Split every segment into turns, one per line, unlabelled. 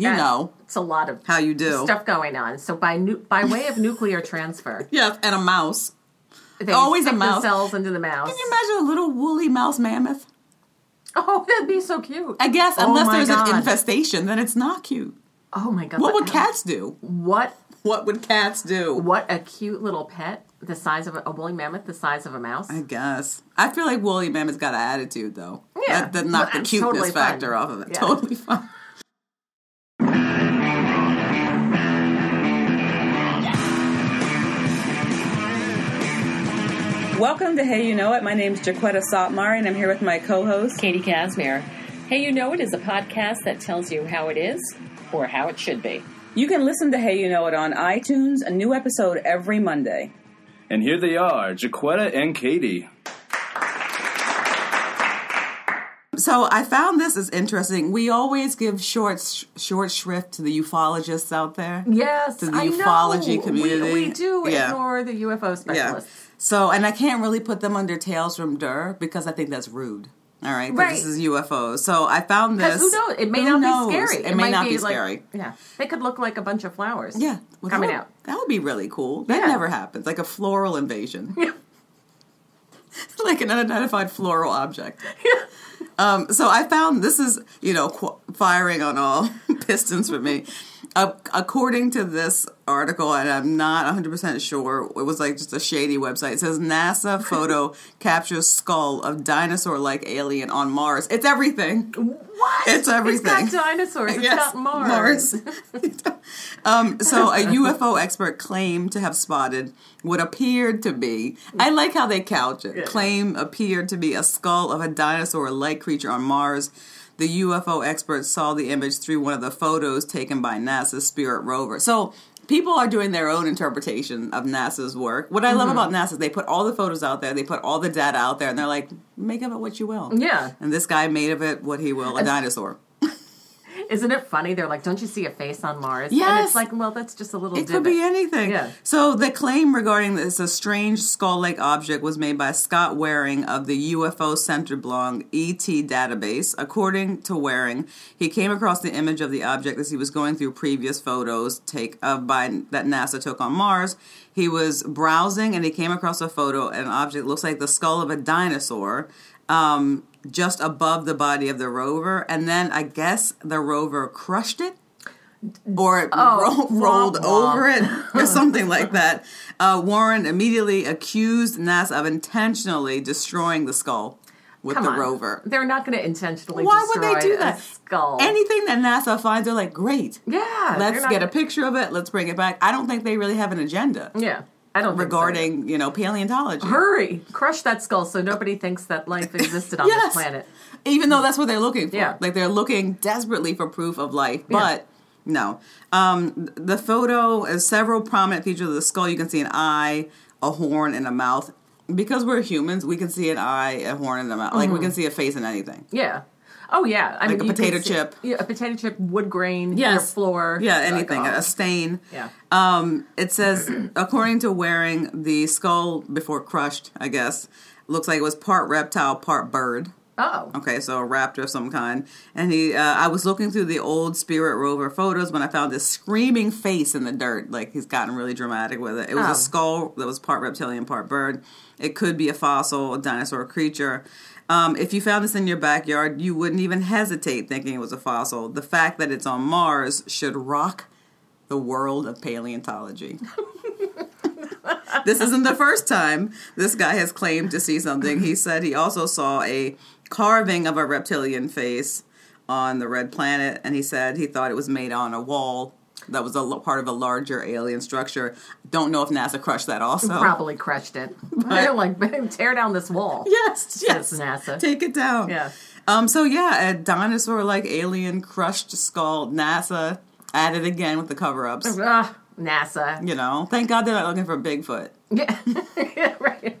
You know
It's a lot of
how you do.
stuff going on. So by nu- by way of nuclear transfer,
Yes, and a mouse.
they
Always a
stick
mouse.
the cells into the mouse.
Can you imagine a little woolly mouse mammoth?
Oh, that'd be so cute.
I guess
Oh
unless
my
there's
God.
an infestation, then it's not cute.
Oh my god!
What would
But
cats do?
What
What would cats do?
what a cute little pet the size of a, a woolly mammoth, the size of a mouse.
I guess. I feel like woolly mammoth's got an attitude though.
Yeah.
That, that knocked the
That's
cuteness
totally fun.
factor off of it.
Yeah.
Totally fun. Welcome to Hey You Know It. My name's Jaquetta Sotmar, and I'm here with my co-host.
Katie Casimir. Hey, you know it is a podcast that tells you how it is or how it should be.
You can listen to Hey You Know It on iTunes. A new episode every Monday.
And here they are, Jaquetta and Katie.
So I found this is interesting. We always give short sh- short shrift to the ufologists out there.
Yes,
To the
I know.
ufology
We-
community.
We, do
Yeah.
ignore the UFO
Yeah.
specialists.
So, and I can't really put them under Tales from Dur because I think that's rude. All right, that This
Right.
is UFOs. So I found this.
Because who knows? It may
Who
not
knows?
be scary.
It, may
might
not be,
like-
scary.
Yeah, they could look like a bunch of flowers.
Yeah. Well, that
coming
would-
out.
That would be really cool. That
Yeah.
never happens. Like a floral invasion. like an unidentified floral object. Um, so I found this is, you know, qu- firing on all pistons for me. Uh, according to this article, and I'm not 100% sure, it was like just a shady website. It says NASA photo captures skull of dinosaur like alien on Mars. It's everything.
What?
It's everything.
It's got dinosaurs. It's
Yes,
got Mars.
um, so a UFO expert claimed to have spotted what appeared to be. I like how they couch it. Claim appeared to be a skull of a dinosaur-like creature on Mars. The UFO expert saw the image through one of the photos taken by NASA's Spirit rover. So people are doing their own interpretation of NASA's work. What I love
Mm-hmm.
about NASA is they put all the photos out there, they put all the data out there, and they're like, make of it what you will.
Yeah.
And this guy made of it what he will—a dinosaur.
Isn't it funny? They're like, don't you see a face on Mars? And
Yes.
it's like, well, that's just a little
It could be anything.
Yeah.
So the claim regarding this a strange skull-like object was made by Scott Waring of the UFO Center blog ET database. According to Waring, he came across the image of the object as he was going through previous photos take of by that NASA took on Mars. He was browsing and he came across a photo. An object looks like the skull of a dinosaur. Um, just above the body of the rover, and then I guess the rover crushed it or it ro- rolled
Oh, womp.
over it or something like that. Uh, Warren immediately accused NASA of intentionally destroying the skull with
Come
the
on.
rover.
They're not going to intentionally
Why would
destroy
they do
a
that?
skull.
Anything that NASA finds, they're like, great.
yeah.
Let's
they're not-
get a picture of it. Let's bring it back. I don't think they really have an agenda
Yeah. I don't think so.
regarding, you know, paleontology.
Hurry, crush that skull so nobody thinks that life existed on
Yes.
this planet.
even though that's what they're looking for.
Yeah.
Like they're looking desperately for proof of life, but no. Um, the photo is several prominent features of the skull. You can see an eye, a horn, and a mouth. Because we're humans, we can see an eye, a horn, and a mouth.
Mm-hmm.
Like we can see a face in anything.
Yeah. Oh yeah. I
a
mean, you
potato
could see-
chip.
yeah, a potato chip, wood grain,
Yes.
your floor.
Yeah,
like,
anything.
oh.
a stain.
Yeah.
Um, it says, according to Waring, the skull before crushed, I guess, looks like it was part reptile, part bird.
Oh.
Okay, so a raptor of some kind. And he, uh, I was looking through the old Spirit Rover photos when I found this screaming face in the dirt. Like he's gotten really dramatic with it. It was
Oh.
a skull that was part reptilian, part bird. It could be a fossil, a dinosaur creature. Um, if you found this in your backyard, you wouldn't even hesitate thinking it was a fossil. The fact that it's on Mars should rock the world of paleontology. this isn't the first time this guy has claimed to see something. He said he also saw a carving of a reptilian face on the red planet, and he said he thought it was made on a wall that was a l- part of a larger alien structure. Don't know if NASA crushed that also.
Probably crushed it. They're like, tear down this wall.
Yes, yes.
NASA.
Take it down.
Yeah.
Um. So yeah, a dinosaur-like alien crushed skull. NASA at it again with the cover-ups.
Ugh, Ah, NASA.
You know, thank God they're not looking for Bigfoot.
Yeah. right.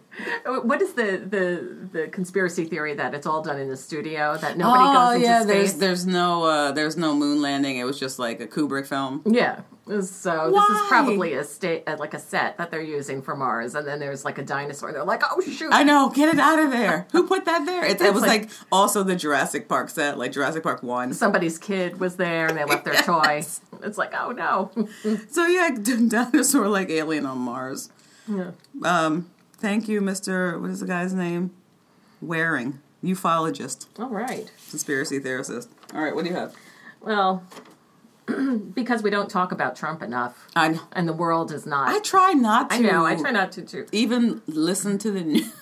What is the, the the conspiracy theory that it's all done in the studio that nobody goes into
Oh, yeah,
space?
there's there's no uh, there's no moon landing. It was just like a Kubrick film.
yeah. So this
Why?
is probably a state uh, like a set that they're using for Mars, and then there's like a dinosaur. They're like, oh shoot!
I know. Get it out of there. Who put that there? It, it was
like-
like, also the Jurassic Park set, like Jurassic Park One.
Somebody's kid was there, and they left their toy. It's like, oh no!
So yeah, dinosaur like alien on Mars. Um. Thank you, Mister. What is the guy's name? Waring, ufologist,
All right.
conspiracy theorist. All right. What do you have?
Well, because we don't talk about Trump enough,
I know.
and the world is not.
I try not to.
I know. I try not to. to
even listen to the news.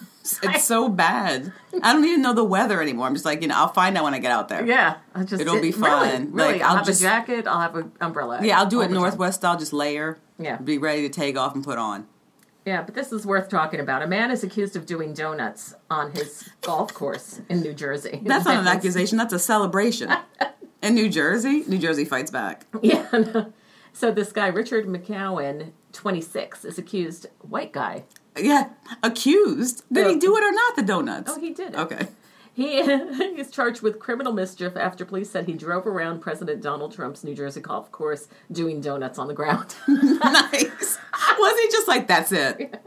It's so bad. I don't even know the weather anymore. I'm just like, you know, I'll find out when I get out there.
yeah, I just
It'll be
Really,
fine.
really,
Like,
I'll,
I'll
have
just-
a jacket. I'll have an umbrella.
Yeah, I'll do
all
it
the time.
Northwest style, just layer.
Yeah.
Be ready to take off and put on.
Yeah, but this is worth talking about. A man is accused of doing donuts on his golf course in New Jersey.
That's not an accusation, that's a celebration. In New Jersey, New Jersey fights back.
Yeah. no. So this guy, Richard McCowan, 26, is accused, white guy.
Yeah, accused. Did he
Yeah.
do it or not, the donuts?
Oh, he did it.
Okay.
He he's charged with criminal mischief after police said he drove around President Donald Trump's New Jersey golf course doing donuts on the ground.
nice. Was he just like, that's it?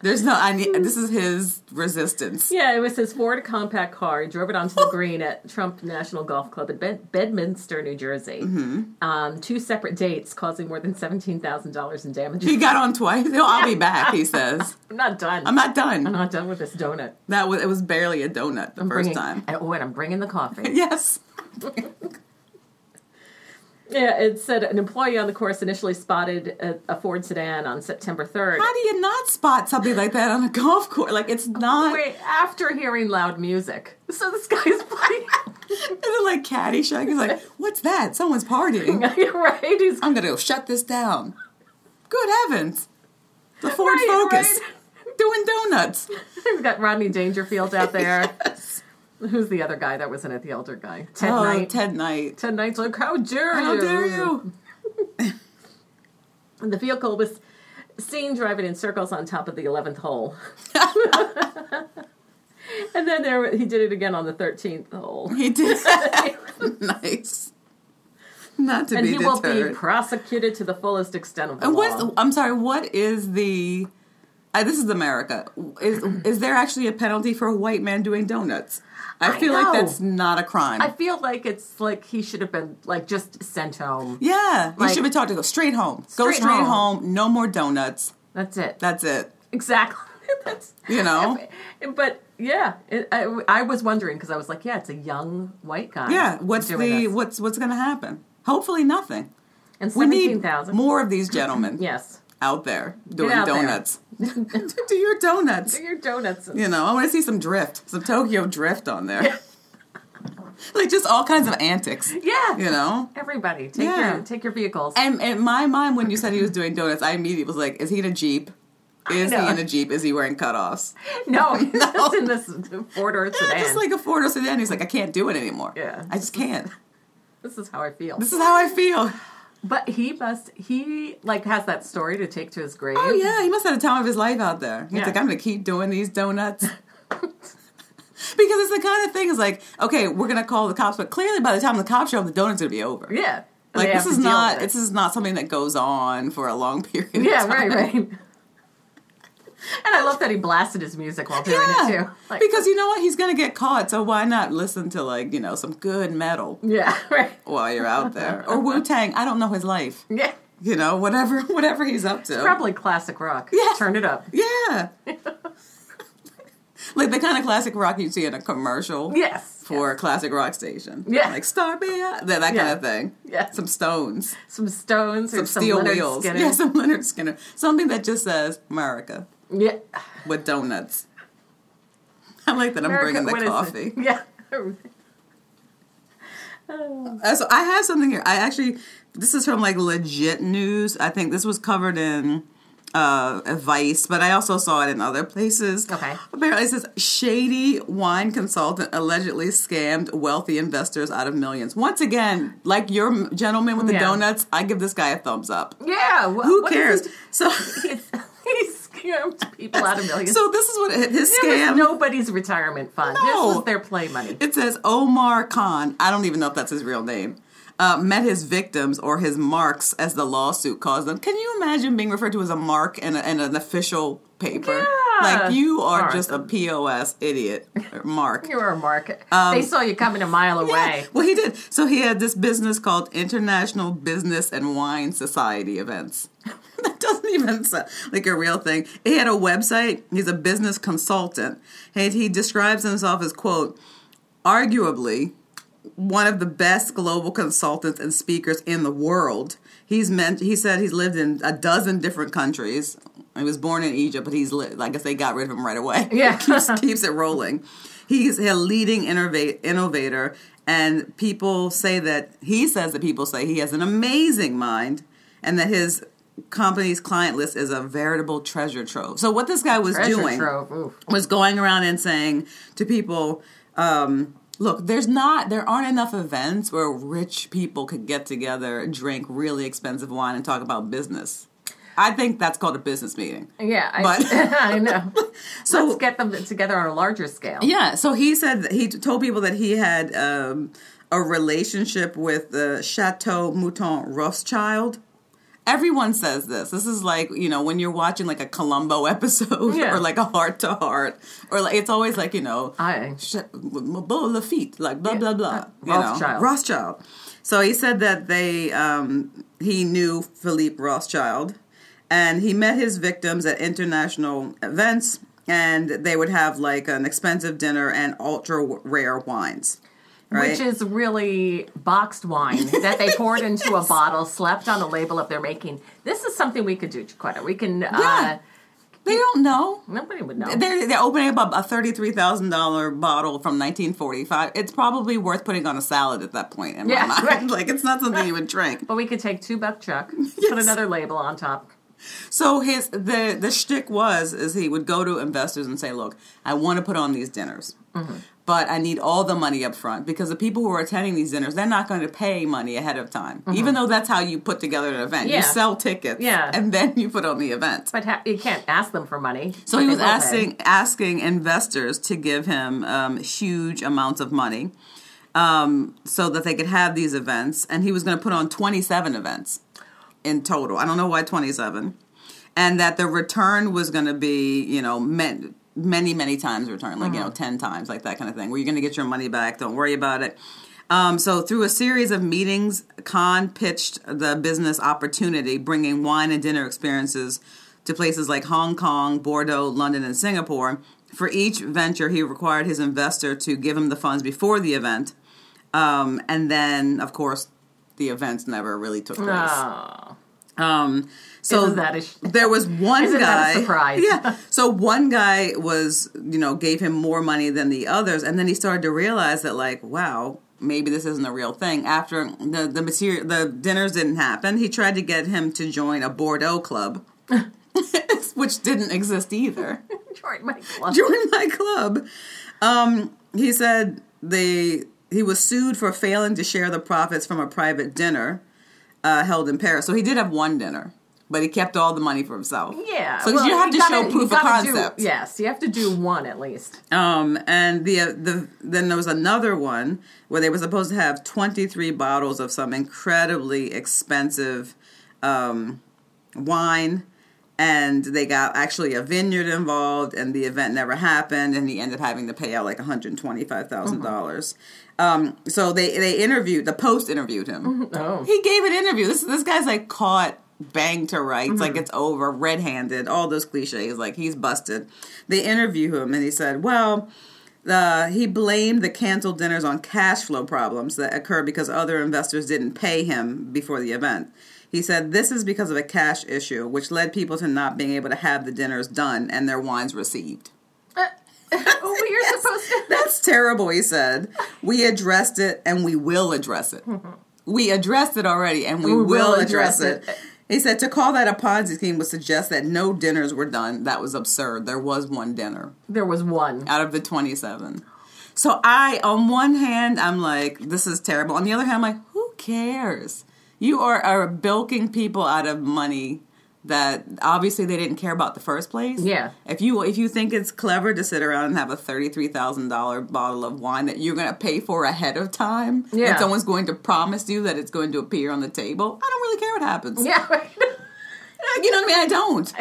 There's no, I need, this is his resistance.
yeah, it was his Ford compact car. He drove it onto the green at Trump National Golf Club in Bed- Bedminster, New Jersey.
Mm-hmm.
Um, two separate dates, causing more than seventeen thousand dollars in damages.
He got on twice. Oh, I'll be back, he says.
I'm not done.
I'm not done.
I'm not done with this donut.
That was it was barely a donut the
I'm
first
bringing-
time.
And, oh, and I'm bringing the coffee.
Yes.
Yeah, it said an employee on the course initially spotted a, a Ford sedan on September 3rd.
How do you not spot something like that on a golf course? Like it's not
Wait, after hearing loud music. So this guy's playing.
is it like Caddyshack? It's like, what's that? Someone's partying.
right? He's
I'm gonna go shut this down. Good heavens. The Ford
Right,
Focus. Doing donuts.
he's got Rodney Dangerfield out there. Who's the other guy that was in it? The elder guy. Ted
oh,
Knight.
Ted Knight.
Ted Knight's like, how dare
How
you?
dare you?
And the vehicle was seen driving in circles on top of the 11th hole. and then there, he did it again on the 13th hole.
He did nice. Not to
and
be
he will
deterred.
be prosecuted to the fullest extent of the
And
law.
what's I'm sorry, what is the uh, this is America. Is is there actually a penalty for a white man doing donuts? I,
I
feel like
know.
that's not a crime.
I feel like it's like he should have been like just sent home.
yeah,
Like-
you should be taught to go straight home. go
Straight
straight
home.
home. No more donuts.
That's it.
That's it.
exactly. That's
You know?
But yeah, it, I, I was wondering because I was like, yeah, it's a young white guy.
Yeah. What's
doing
the
this.
what's what's going to happen? Hopefully nothing.
and
We
seventeen
need
thousand?
more of these gentlemen
Yes,
out there doing
out there.
donuts. Do your donuts.
do your donuts.
You know, I want to see some drift, some Tokyo drift on there. like just all kinds of antics.
Yeah,
You know?
everybody, take
Yeah.
your take your vehicles.
And in my mind, when you said he was doing donuts, I immediately was like, "Is he in a jeep? Is he
know.
in a jeep? Is he wearing cutoffs?
no, that's in this Ford or
Yeah,
sedan.
just like a Ford or sedan." He's like, "I can't do it anymore.
Yeah.
I just can't.
this is how I feel.
This is how I feel."
But he must. He like has that story to take to his grave.
Oh yeah, he must have had a time of his life out there. He's
Yeah.
like, "I'm gonna keep doing these donuts." Because it's the kind of thing is like, okay, we're gonna call the cops, but clearly by the time the cops show up, the donuts gonna be over.
yeah.
Like
They
this
have
is
to deal
not
with it.
this is not something that goes on for a long period. of
Yeah,
time.
right, right. And I love that he blasted his music while doing it too. Like, uh,
because you know what? He's going to get caught, so why not listen to, like, you know, some good metal
yeah, right,
while you're out there? Or Wu Tang. I don't know his life.
yeah,
You know, whatever whatever he's up to.
probably classic rock.
Yeah.
turn it up.
yeah. like the kind of classic rock you see in a commercial
Yes,
for a classic rock station.
Yeah.
Like Star Beer, that, that
Yeah.
kind of thing.
Yeah.
Some stones,
some Stones or
some,
some
steel
Leonard
wheels.
Skinner.
Yeah, some Leonard Skinner. Something that just says America
yeah.
with donuts. I like that I'm
America-
bringing
what
the
is
coffee.
it? Yeah,
Uh, so I have something here. I actually, this is from like legit news. I think this was covered in uh, Vice, but I also saw it in other places.
Okay.
Apparently, it says shady wine consultant allegedly scammed wealthy investors out of millions. Once again, like your m- gentleman with the
Yeah.
donuts, I give this guy a thumbs up.
yeah. wh-
Who
what
cares?
is it?
So,
He's, he scammed people out of millions.
so this is what it- his
it was
scam.
nobody's retirement fund.
No.
This was their play money.
It says Omar Khan. I don't even know if that's his real name. uh, met his victims or his marks, as the lawsuit calls them. Can you imagine being referred to as a mark in, a, in an official paper?
Yeah.
Like you are
Mark.
just a POS idiot, or mark.
You were a mark. they saw you coming a mile away.
Um, Yeah. Well, he did. So he had this business called International Business and Wine Society Events. that doesn't even sound like a real thing. He had a website. He's a business consultant, and he describes himself as quote, arguably one of the best global consultants and speakers in the world. He's meant. He said he's lived in a dozen different countries. He was born in Egypt, but he's li- I guess they got rid of him right away.
Yeah.
keeps, keeps it rolling. He's a leading innovate, innovator, and people say that he says that people say he has an amazing mind, and that his company's client list is a veritable treasure trove. So what this guy was
Treasure
doing
trove. Oof.
was going around and saying to people, um, look, there's not, there aren't enough events where rich people could get together, drink really expensive wine, and talk about business. I think that's called a business meeting.
Yeah, I,
But-
I know.
So
Let's get them together on a larger scale.
Yeah, so he said that he told people that he had um, a relationship with the Chateau Mouton Rothschild. Everyone says this. This is like you know when you're watching like a Columbo episode
Yeah.
or like a Heart to Heart, or like it's always like you know
I
Sh- Beau Lafitte, like blah blah blah. you
Rothschild.
Know? Uh, Rothschild. So he said that they um, he knew Philippe Rothschild, and he met his victims at international events, and they would have like an expensive dinner and ultra rare wines. Right?
Which is really boxed wine that they poured into a bottle, slapped on the label of their making. This is something we could do, Chiquetta. We can.
Yeah. they don't know.
Uh, nobody would know.
They're, they're opening up a thirty-three thousand dollar bottle from nineteen forty-five. It's probably worth putting on a salad at that point. In
Yeah,
my mind.
right.
like it's not something you would drink.
But we could take two buck chuck, put another label on top.
So his the the shtick was is he would go to investors and say, "Look, I want to put on these dinners,
Mm-hmm.
but I need all the money up front because the people who are attending these dinners they're not going to pay money ahead of time, even though that's how you put together an event.
Mm-hmm. Yeah.
You sell tickets,
Yeah.
and then you put on the event.
But ha- you can't ask them for money.
So he
They
was
will pay.
asking asking investors to give him um, huge amounts of money um, so that they could have these events, and he was going to put on twenty seven events in total. I don't know why twenty seven, and that the return was going to be you know meant. Many, many times return, like, you
Mm-hmm.
know, 10 times, like that kind of thing, where you're going to get your money back. Don't worry about it. Um, so, through a series of meetings, Khan pitched the business opportunity, bringing wine and dinner experiences to places like Hong Kong, Bordeaux, London, and Singapore. For each venture, he required his investor to give him the funds before the event. Um, and then, of course, the events never really took place.
Oh,
Um, so
Isn't that a sh-
there was one
Isn't
guy.
that a surprise?
Yeah. So one guy was, you know, gave him more money than the others, and then he started to realize that, like, wow, maybe this isn't a real thing. After the the material, the dinners didn't happen. He tried to get him to join a Bordeaux club, which didn't exist either.
Jordan Michael.
Join my club. Um, he said they he was sued for failing to share the profits from a private dinner uh, held in Paris. So he did have one dinner, but he kept all the money for himself.
Yeah.
So
well,
you have to
gotta-
show
you
proof of
gotta do-
concept.
yes, you have to do one at least.
Um, and the the then there was another one where they were supposed to have twenty three bottles of some incredibly expensive um, wine, and they got actually a vineyard involved, and the event never happened, and he ended up having to pay out like one hundred twenty five dollars. Um, so they they interviewed the post interviewed him.
Oh.
He gave an interview. This this guy's like caught banged to rights, like it's over, red handed, all those cliches, like he's busted. They interview him and he said, Well, uh, he blamed the canceled dinners on cash flow problems that occurred because other investors didn't pay him before the event. He said this is because of a cash issue, which led people to not being able to have the dinners done and their wines received.
Oh, well, you're supposed to.
That's terrible, he said. We addressed it and we will address it. We addressed it already and we, will, address, it. He said to call that a Ponzi scheme would suggest that no dinners were done. That was absurd. There was one dinner
There was one.
out of the 27. So I, on one hand, I'm like, this is terrible. On the other hand, I'm like, who cares? You are, are bilking people out of money that obviously they didn't care about the first place.
Yeah.
If you if you think it's clever to sit around and have a thirty three thousand dollar bottle of wine that you're going to pay for ahead of time,
Yeah.
and someone's going to promise you that it's going to appear on the table, I don't really care what happens.
Yeah. right.
You know what I mean? I don't.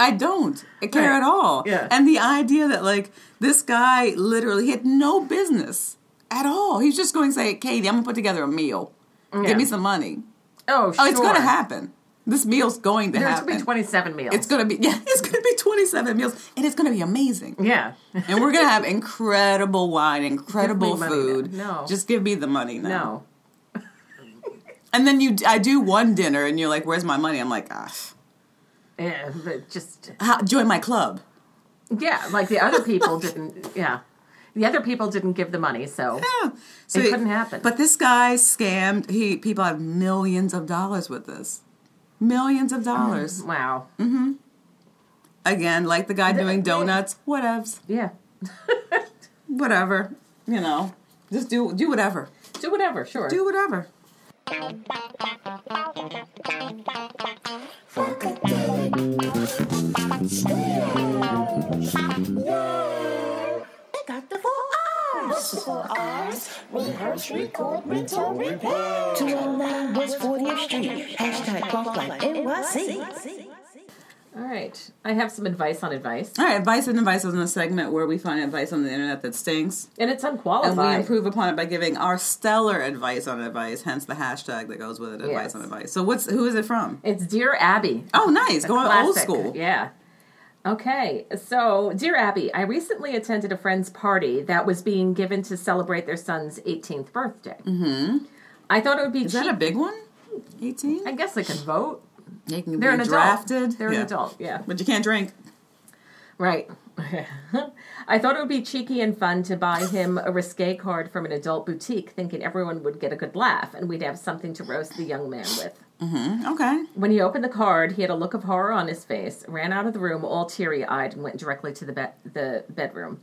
I don't care
Right.
at all.
Yeah.
And the idea that like this guy literally had no business at all. He's just going to say, "Katie, I'm going to put together a meal.
Yeah.
Give me some money."
Oh,
Oh, it's going to
sure.
happen. This meal's going to
There's
happen.
going to be 27 meals.
It's gonna be yeah, it's gonna be twenty seven meals, and it's gonna be amazing.
yeah.
And we're gonna have incredible wine, incredible
money
food.
now. No.
just give me the money now.
No.
And then you, I do one dinner, and you're like, "Where's my money?" I'm like, "Ah,
Yeah, but Eh, just
how, join my club."
yeah, like the other people didn't. Yeah, the other people didn't give the money, so
Yeah, so
It couldn't happen.
But this guy scammed. He people have millions of dollars with this, millions of dollars.
wow. Mm.
Again, like the guy doing
they-
donuts, whatevs,
Yeah,
whatever. You know, just do do whatever,
do whatever. Sure.
do whatever.
They got the four R's. The four R's. Rehearse, record, rental, repair. 209 West 40th Street. Hashtag bump like NYC.
All right. I have some advice on advice,
All right, advice and advice is in a segment where we find advice on the internet that stinks,
and it's
and we
unqualified.
improve upon it by giving our stellar advice on advice. Hence the hashtag that goes with it, advice
Yes.
on advice. So what's who is it from?
it's Dear Abby.
Oh, nice, going old
Classic,
school.
Yeah. Okay, so dear Abby, I recently attended a friend's party that was being given to celebrate their son's 18th birthday. Mm-hmm. I thought it would be
Is that a big one? Eighteen.
I guess they could vote.
They can
They're
be
an
drafted.
adult. They're
Yeah.
an adult. Yeah.
but you can't drink.
Right. I thought it would be cheeky and fun to buy him a risque card from an adult boutique, thinking everyone would get a good laugh and we'd have something to roast the young man with.
Okay.
When he opened the card, he had a look of horror on his face, ran out of the room all teary eyed, and went directly to the, be- the bedroom.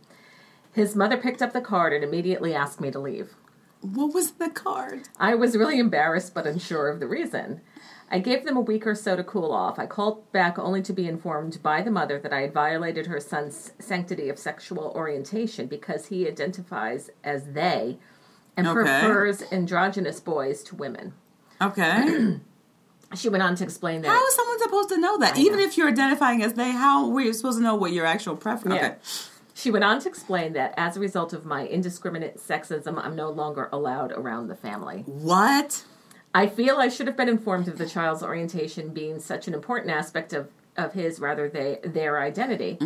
His mother picked up the card and immediately asked me to leave.
What was the card?
I was really embarrassed but unsure of the reason. I gave them a week or so to cool off. I called back only to be informed by the mother that I had violated her son's sanctity of sexual orientation because he identifies as they and
Okay.
prefers androgynous boys to women.
Okay.
She went on to explain that.
how is someone supposed to know that? Even if you're identifying as they, how were you supposed to know what your actual preference?
Yeah.
Okay.
She went on to explain that as a result of my indiscriminate sexism, I'm no longer allowed around the family.
What?
I feel I should have been informed of the child's orientation being such an important aspect of, of his rather they, their identity.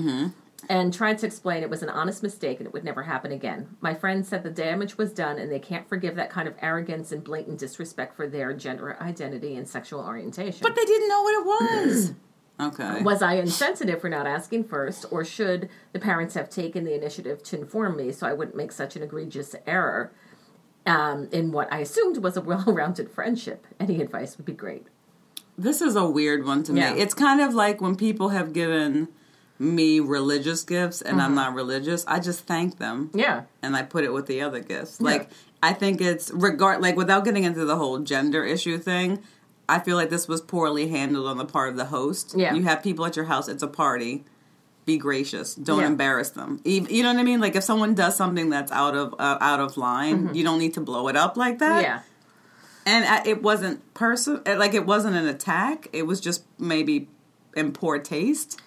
And tried to explain it was an honest mistake and it would never happen again. My friend said the damage was done and they can't forgive that kind of arrogance and blatant disrespect for their gender identity and sexual orientation.
But they didn't know what it was. okay.
was I insensitive for not asking first, or should the parents have taken the initiative to inform me so I wouldn't make such an egregious error um, in what I assumed was a well rounded friendship? Any advice would be great.
This is a weird one to
Yeah.
me. It's kind of like when people have given me religious gifts and I'm not religious. I just thank them.
Yeah.
and I put it with the other gifts. Like I think it's regard like without getting into the whole gender issue thing, I feel like this was poorly handled on the part of the host.
Yeah.
You have people at your house, it's a party. Be gracious. Don't
Yeah.
embarrass them. Ev- You know what I mean? Like if someone does something that's out of uh, out of line, you don't need to blow it up like that.
Mm-hmm. Yeah.
And I, it wasn't person uh, like it wasn't an attack. It was just maybe in poor taste.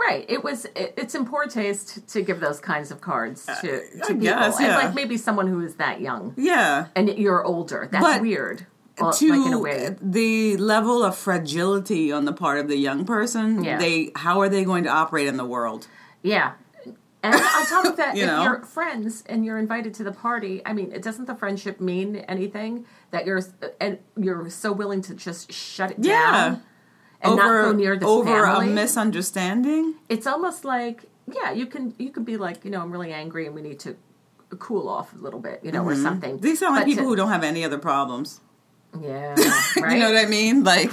Right. It was. It, it's in poor taste to give those kinds of cards to, to people,
Uh, guess, yeah.
and like maybe someone who is that young
Yeah.
and you're older. That's
But
weird. Well,
to uh, eh,
like in a way.
the level of fragility on the part of the young person
Yeah.
they how are they going to operate in the world
Yeah. And on top of that,
You
if
know?
you're friends and you're invited to the party, I mean, it doesn't the friendship mean anything that you're and you're so willing to just shut it
yeah
down and not go near this
over
family?
a misunderstanding
it's almost like yeah, you can you can be like you know I'm really angry and we need to cool off a little bit, you know, or something.
Mm-hmm. these sound like
But to-
people who don't have any other problems
yeah,
you
right.
know what i mean like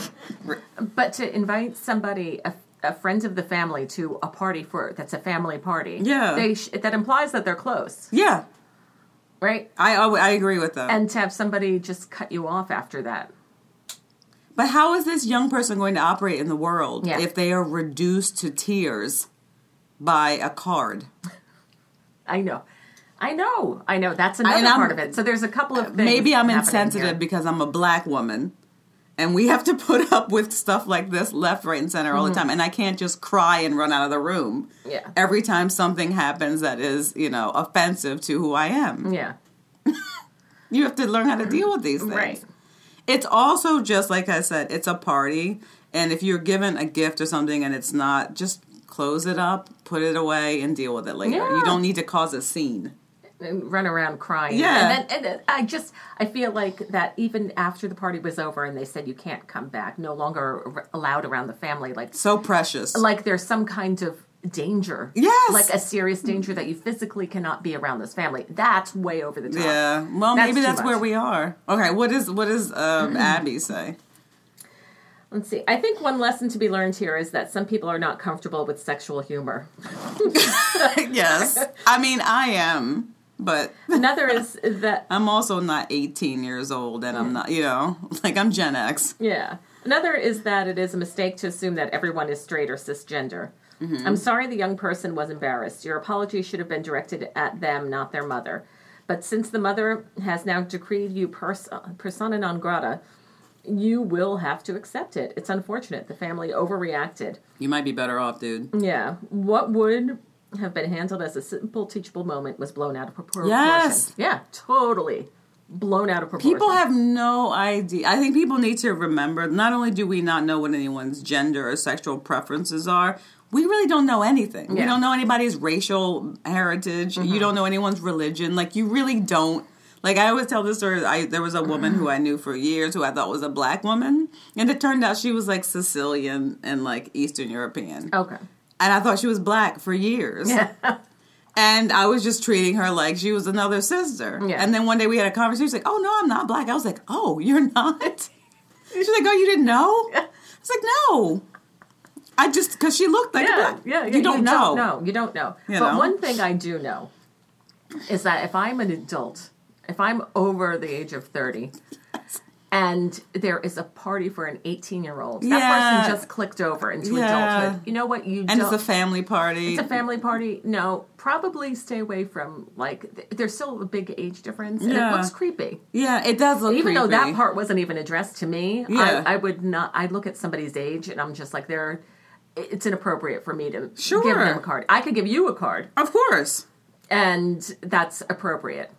but to invite somebody. A, a friend of the family to a party for that's a family party.
Yeah.
they sh- that implies that they're close,
yeah
right?
i i, I agree with them
and to have somebody just cut you off after that.
But how is this young person going to operate in the world
Yeah.
if they are reduced to tears by a card?
I know. I know. I know. That's another
And I'm-
part of it. So there's a couple of things.
Maybe I'm
happening
insensitive
here.
because I'm a black woman and we have to put up with stuff like this left, right, and center all the time. And I can't just cry and run out of the room
Mm-hmm. Yeah.
every time something happens that is, you know, offensive to who I am.
Yeah.
You have to learn how to deal with these things.
Right.
It's also just like I said, it's a party. And if you're given a gift or something and it's not, just close it up, put it away, and deal with it later.
Yeah.
You don't need to cause a scene.
And run around crying.
Yeah.
And, then, and uh, I just, I feel like that even after the party was over and they said you can't come back, no longer r- allowed around the family, like
So precious.
like there's some kind of danger.
Yes.
Like a serious danger that you physically cannot be around this family. That's way over the top.
Yeah. Well,
That's
maybe
too
that's
much. Hmm.
where we are. Okay. What is what does um, Abby say?
Let's see. I think one lesson to be learned here is that some people are not comfortable with sexual humor.
yes. I mean, I am, but
Another is that
I'm also not 18 years old, and
Hmm.
I'm not, you know, like I'm Gen X.
Yeah. Another is that it is a mistake to assume that everyone is straight or cisgender.
Mm-hmm.
I'm sorry the young person was embarrassed. Your apology should have been directed at them, not their mother. But since the mother has now decreed you pers- persona non grata, you will have to accept it. It's unfortunate. The family overreacted.
You might be better off, dude.
Yeah. What would have been handled as a simple teachable moment was blown out of propor- proportion.
Yes.
Yeah, totally. Blown out of proportion.
People have no idea. I think people need to remember not only do we not know what anyone's gender or sexual preferences are, we really don't know anything. We
Yeah.
don't know anybody's racial heritage. You don't know anyone's religion. Like, you really don't. Like, I always tell this story. I, there was a woman who I knew for years who I thought was a black woman. And it turned out she was like Sicilian and like Eastern European.
Okay.
And I thought she was black for years. And I was just treating her like she was another sister.
Yeah.
And then one day we had a conversation. She's like, "Oh no, I'm not black." I was like, "Oh, you're not." She's like, "Oh, you didn't know?" I was like, "No." I just because she looked like a
yeah,
black.
yeah, yeah,
You don't know.
No, you don't know.
You
but
know?
one thing I do know is that if I'm an adult, if I'm over the age of thirty, and there is a party for an eighteen-year-old, that
Yeah.
person just clicked over into
Yeah.
adulthood. You know what? You
And
don't,
it's a family party.
it's a family party. No, probably stay away from like. Th- there's still a big age difference, and
Yeah.
it looks creepy.
yeah, it does look.
Even though that
creepy.
part wasn't even addressed to me,
Yeah.
I, I would not. I look at somebody's age, and I'm just like, they're. It's inappropriate for me to
Sure.
give them a card. I could give you a card,
of course.
and that's appropriate,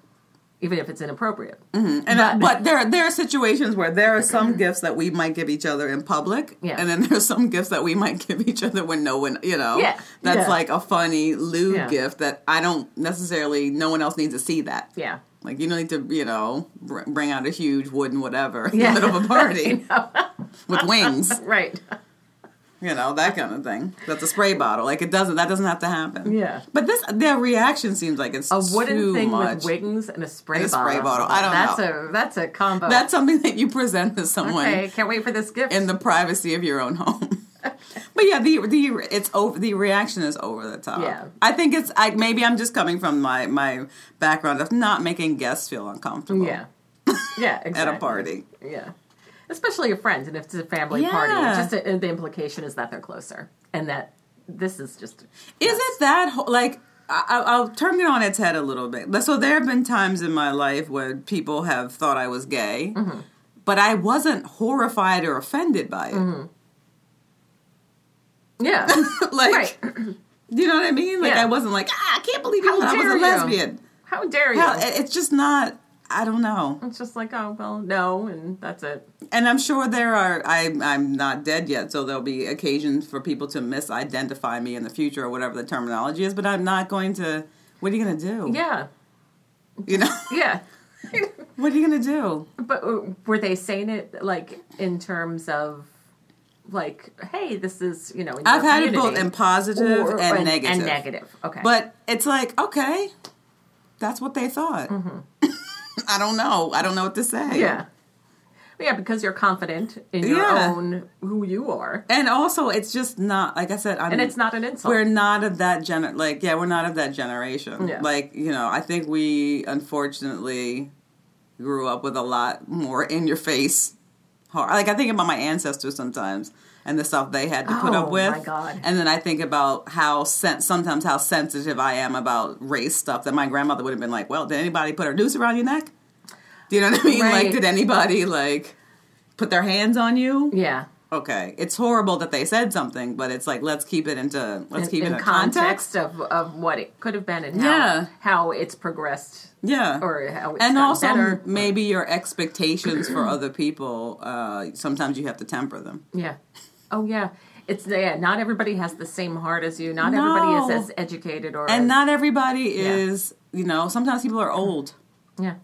even if it's inappropriate.
And uh, but there there are situations where there are some gifts that we might give each other in public,
Yeah.
and then there's some gifts that we might give each other when no one, you know,
Yeah.
that's
Yeah.
like a funny lewd
Yeah.
gift that I don't necessarily. No one else needs to see that.
Yeah,
Like you don't need to, you know, br- bring out a huge wooden whatever in
Yeah.
the middle of a party with wings,
right.
you know, that kind of thing. That's a spray bottle. Like it doesn't. That doesn't have to happen.
Yeah.
But this, their reaction seems like it's
A wooden
too
thing
much.
with wings and a spray
And a
bottle.
spray bottle. I don't
that's
know.
a that's a combo.
That's something that you present to someone.
okay. Can't wait for this gift.
in the privacy of your own home. but yeah, the the it's over. The reaction is over the top.
Yeah.
I think it's. I maybe I'm just coming from my my background of not making guests feel uncomfortable.
yeah, yeah, exactly.
At a party,
Yeah. Especially a friend, and if it's a family party,
Yeah.
it's just a, the implication is that they're closer, and that this is just
is it that ho- like? I- I'll, I'll turn it on its head a little bit. So there have been times in my life where people have thought I was gay,
Mm-hmm.
but I wasn't horrified or offended by it.
Mm-hmm. yeah,
Like,
right.
you know what I mean? Like
Yeah.
I wasn't like, ah, I can't believe
How
you thought I was
dare
a
you."
lesbian.
How dare you?
Hell, it- it's just not. I don't know.
it's just like oh well, no, and that's it.
And I'm sure there are. I, I'm not dead yet, so there'll be occasions for people to misidentify me in the future or whatever the terminology is. But I'm not going to. What are you going to do?
Yeah,
You know.
yeah.
what are you going to do?
But uh, were they saying it like in terms of like, hey, this is you know? in
I've
your
had it both
community,
in positive
or-
and, negative.
and negative. Okay,
But it's like okay, that's what they thought. I don't know. I don't know what to say.
Mm-hmm. yeah, yeah, because you're confident in your
Yeah.
own who you are,
And also, it's just not like I said. I'm,
and it's not an insult.
We're not of that gener like yeah, we're not of that generation.
Yeah.
Like, you know, I think we unfortunately grew up with a lot more in your face hard. Like I think about my ancestors sometimes and the stuff they had to put
Oh,
up with.
my God.
And then I think about how sen- sometimes how sensitive I am about race stuff that my grandmother would have been like, "Well, did anybody put a noose around your neck?" Do you know what I mean?
Right.
Like, did anybody like put their hands on you?
Yeah.
Okay, it's horrible that they said something, but it's like let's keep it into let's keep
in
it in
context, of, of what it could have been and how,
Yeah.
how it's progressed
Yeah.
or how it's
and
gotten
also
better.
maybe your expectations for other people uh, sometimes you have to temper them
Yeah. Oh yeah. It's yeah. Not everybody has the same heart as you. Not everybody
No.
is as educated or
and
as-
not everybody is you know sometimes people are old
yeah.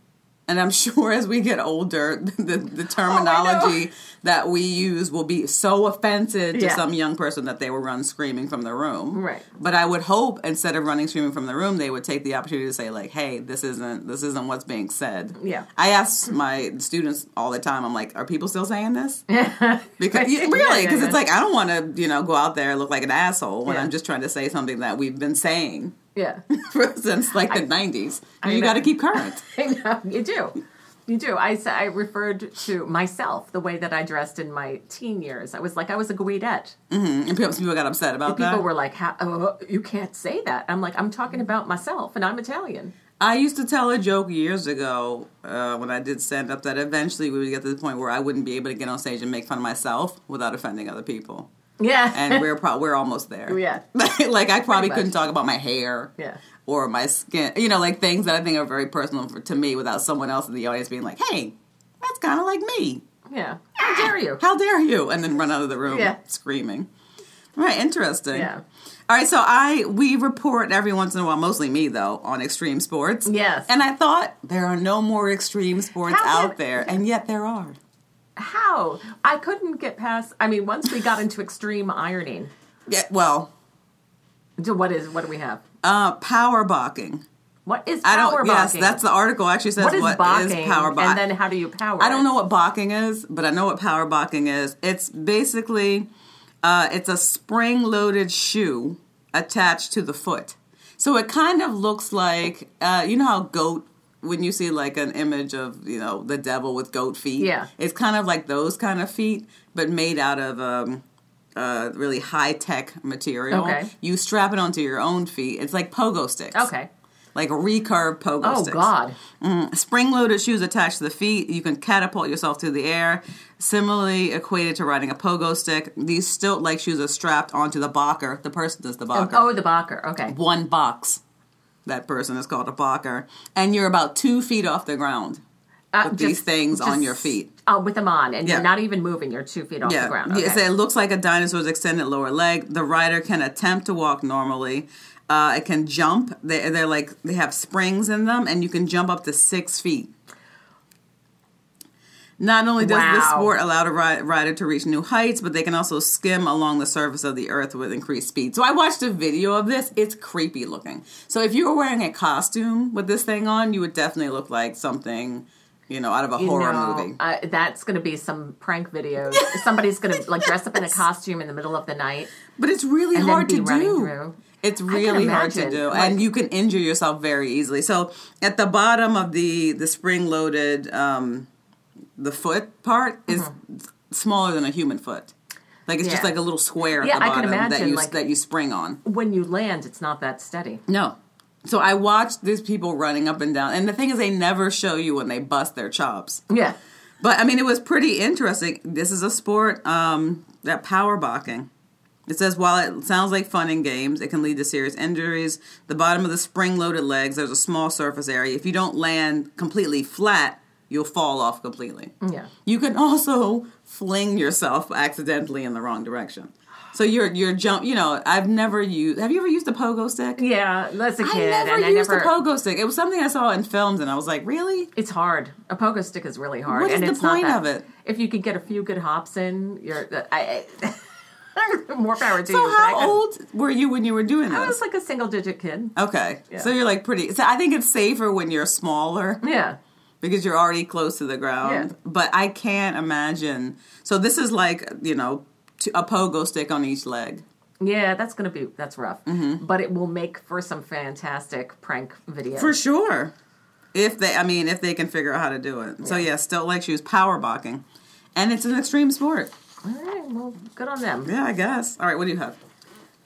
and i'm sure as we get older the, the
Oh,
terminology that we use will be so offensive to
Yeah.
some young person that they will run screaming from the room
Right.
but i would hope instead of running screaming from the room they would take the opportunity to say like hey this isn't this isn't what's being said
Yeah.
i ask my students all the time i'm like are people still saying this because yeah,
Yeah,
really
yeah,
because
yeah.
it's like i don't want to you know go out there and look like an asshole when
Yeah.
i'm just trying to say something that we've been saying
Yeah.
since like the 90s
I
you
know.
got to keep current
I know, you do. You do. I, s- I referred to myself the way that I dressed in my teen years. I was like, I was a guidette.
and people, people got upset about
People
that
were like, How, oh, you can't say that. I'm like, I'm talking about myself and I'm Italian.
i used to tell a joke years ago uh, when i did stand up that eventually we would get to the point where i wouldn't be able to get on stage and make fun of myself without offending other people
Yeah.
and we're pro- we're almost there
Yeah.
like i probably
much.
couldn't talk about my hair
yeah.
or my skin, you know, like things that I think are very personal for, to me without someone else in the audience being like, hey, that's kind of like me.
Yeah. How dare you?
How dare you? And then run out of the room
Yeah.
screaming. All right, interesting.
Yeah.
All right, so I we report every once in a while, mostly me though, on extreme sports.
Yes.
And I thought there are no more extreme sports
How
out
did-
there, and yet there are.
How? I couldn't get past. I mean, once we got into extreme ironing,
Yeah, well,
so what is what do we have?
uh, power balking.
What is power
I don't. Yes,
balking?
that's the article actually says
what is
what is
balking,
power balking.
and then how do you power?
I don't
it?
know what balking is, but I know what power balking is. It's basically uh, it's a spring loaded shoe attached to the foot. So it kind of looks like uh, you know how goat when you see like an image of you know the devil with goat feet.
Yeah.
it's kind of like those kind of feet, but made out of um, uh, really high tech material.
Okay.
you strap it onto your own feet. It's like pogo sticks.
Okay.
like recurve pogo
Oh
sticks
God.
spring loaded shoes attached to the feet. You can catapult yourself through the air. Similarly equated to riding a pogo stick. These stilt like shoes are strapped onto the bocker. The person is the bocker.
Oh, the Bacher. Okay.
One box. That person is called a bocker. And you're about two feet off the ground.
Uh,
with these things on your feet.
Oh, with them on, and
Yeah.
you're not even moving. You're two feet off
Yeah.
the ground. Okay.
Yeah, so it looks like a dinosaur's extended lower leg. The rider can attempt to walk normally. Uh, it can jump. They, they're like, they have springs in them, and you can jump up to six feet. Not only does this
Wow.
sport allow the ri- rider to reach new heights, but they can also skim along the surface of the earth with increased speed. So I watched a video of this. It's creepy looking. So if you were wearing a costume with this thing on, you would definitely look like something, you know, out of a
You
horror
know,
movie.
Uh, that's going to be some prank video. Somebody's going to like dress up in a costume in the middle of the night.
But it's really
and then
hard
be
to
running
do.
through.
It's
can
really hard to
imagine,
do,
like-
and you can injure yourself very easily. So at the bottom of the the spring loaded um, the foot part is smaller than a human foot. Like it's just
Mm-hmm. Yeah.
like a little square
Yeah,
at the
I can
bottom that
imagine,
you
like-
that you spring on.
When you land, it's not that steady.
No. So I watched these people running up and down, and the thing is, they never show you when they bust their chops.
Yeah.
But I mean, it was pretty interesting. This is a sport um, that power balking. It says while it sounds like fun in games, it can lead to serious injuries. The bottom of the spring-loaded legs, there's a small surface area. If you don't land completely flat, you'll fall off completely.
Yeah.
You can also fling yourself accidentally in the wrong direction. So you're you're jump. You know, I've never used. Have you ever used a pogo stick?
Yeah. That's a kid,
I never
and I
used
never.
a pogo stick. It was something I saw in films, and I was like, really?
It's hard. A pogo stick is really hard.
What is
and
the
it's
point
not that,
of it?
If you could get a few good hops in, you're I, I, more power to
So
you. but I
how
couldn't-
old were you when you were doing this?
I was like a single digit kid.
Okay. So you're like pretty. So I think it's safer when you're smaller
Yeah.
because you're already close to the ground.
Yeah.
But I can't imagine. So this is like, you know, t- a pogo stick on each leg.
Yeah, that's gonna be that's rough,
Mm-hmm.
but it will make for some fantastic prank videos.
For sure. If they, I mean, if they can figure out how to do it. So yeah, still like shoes, power balking. and it's an extreme sport.
All right, well, good on them.
Yeah, I guess. All right, what do you have?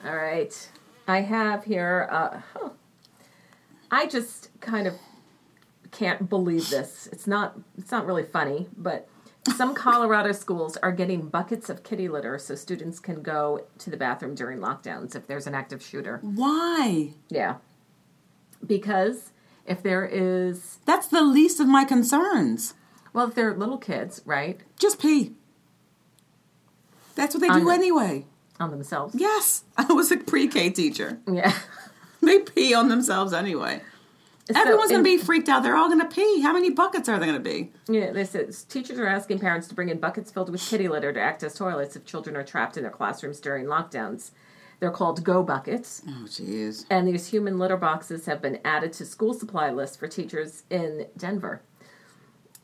All right. I have here. Uh, huh. I just kind of can't believe this. It's not. It's not really funny, but some Colorado schools are getting buckets of kitty litter so students can go to the bathroom during lockdowns if there's an active shooter.
Why?
Yeah, because if there is,
That's the least of my concerns.
well, if they're little kids, right,
Just pee. That's what they
I
do
know.
anyway.
on themselves.
Yes, I was a pre-K teacher.
Yeah.
They pee on themselves anyway. Everyone's
So in-
gonna be freaked out. They're all gonna pee. How many buckets are there gonna be?
Yeah, this is teachers are asking parents to bring in buckets filled with kitty litter to act as toilets if children are trapped in their classrooms during lockdowns. They're called go buckets,
Oh, jeez.
and these human litter boxes have been added to school supply lists for teachers in Denver.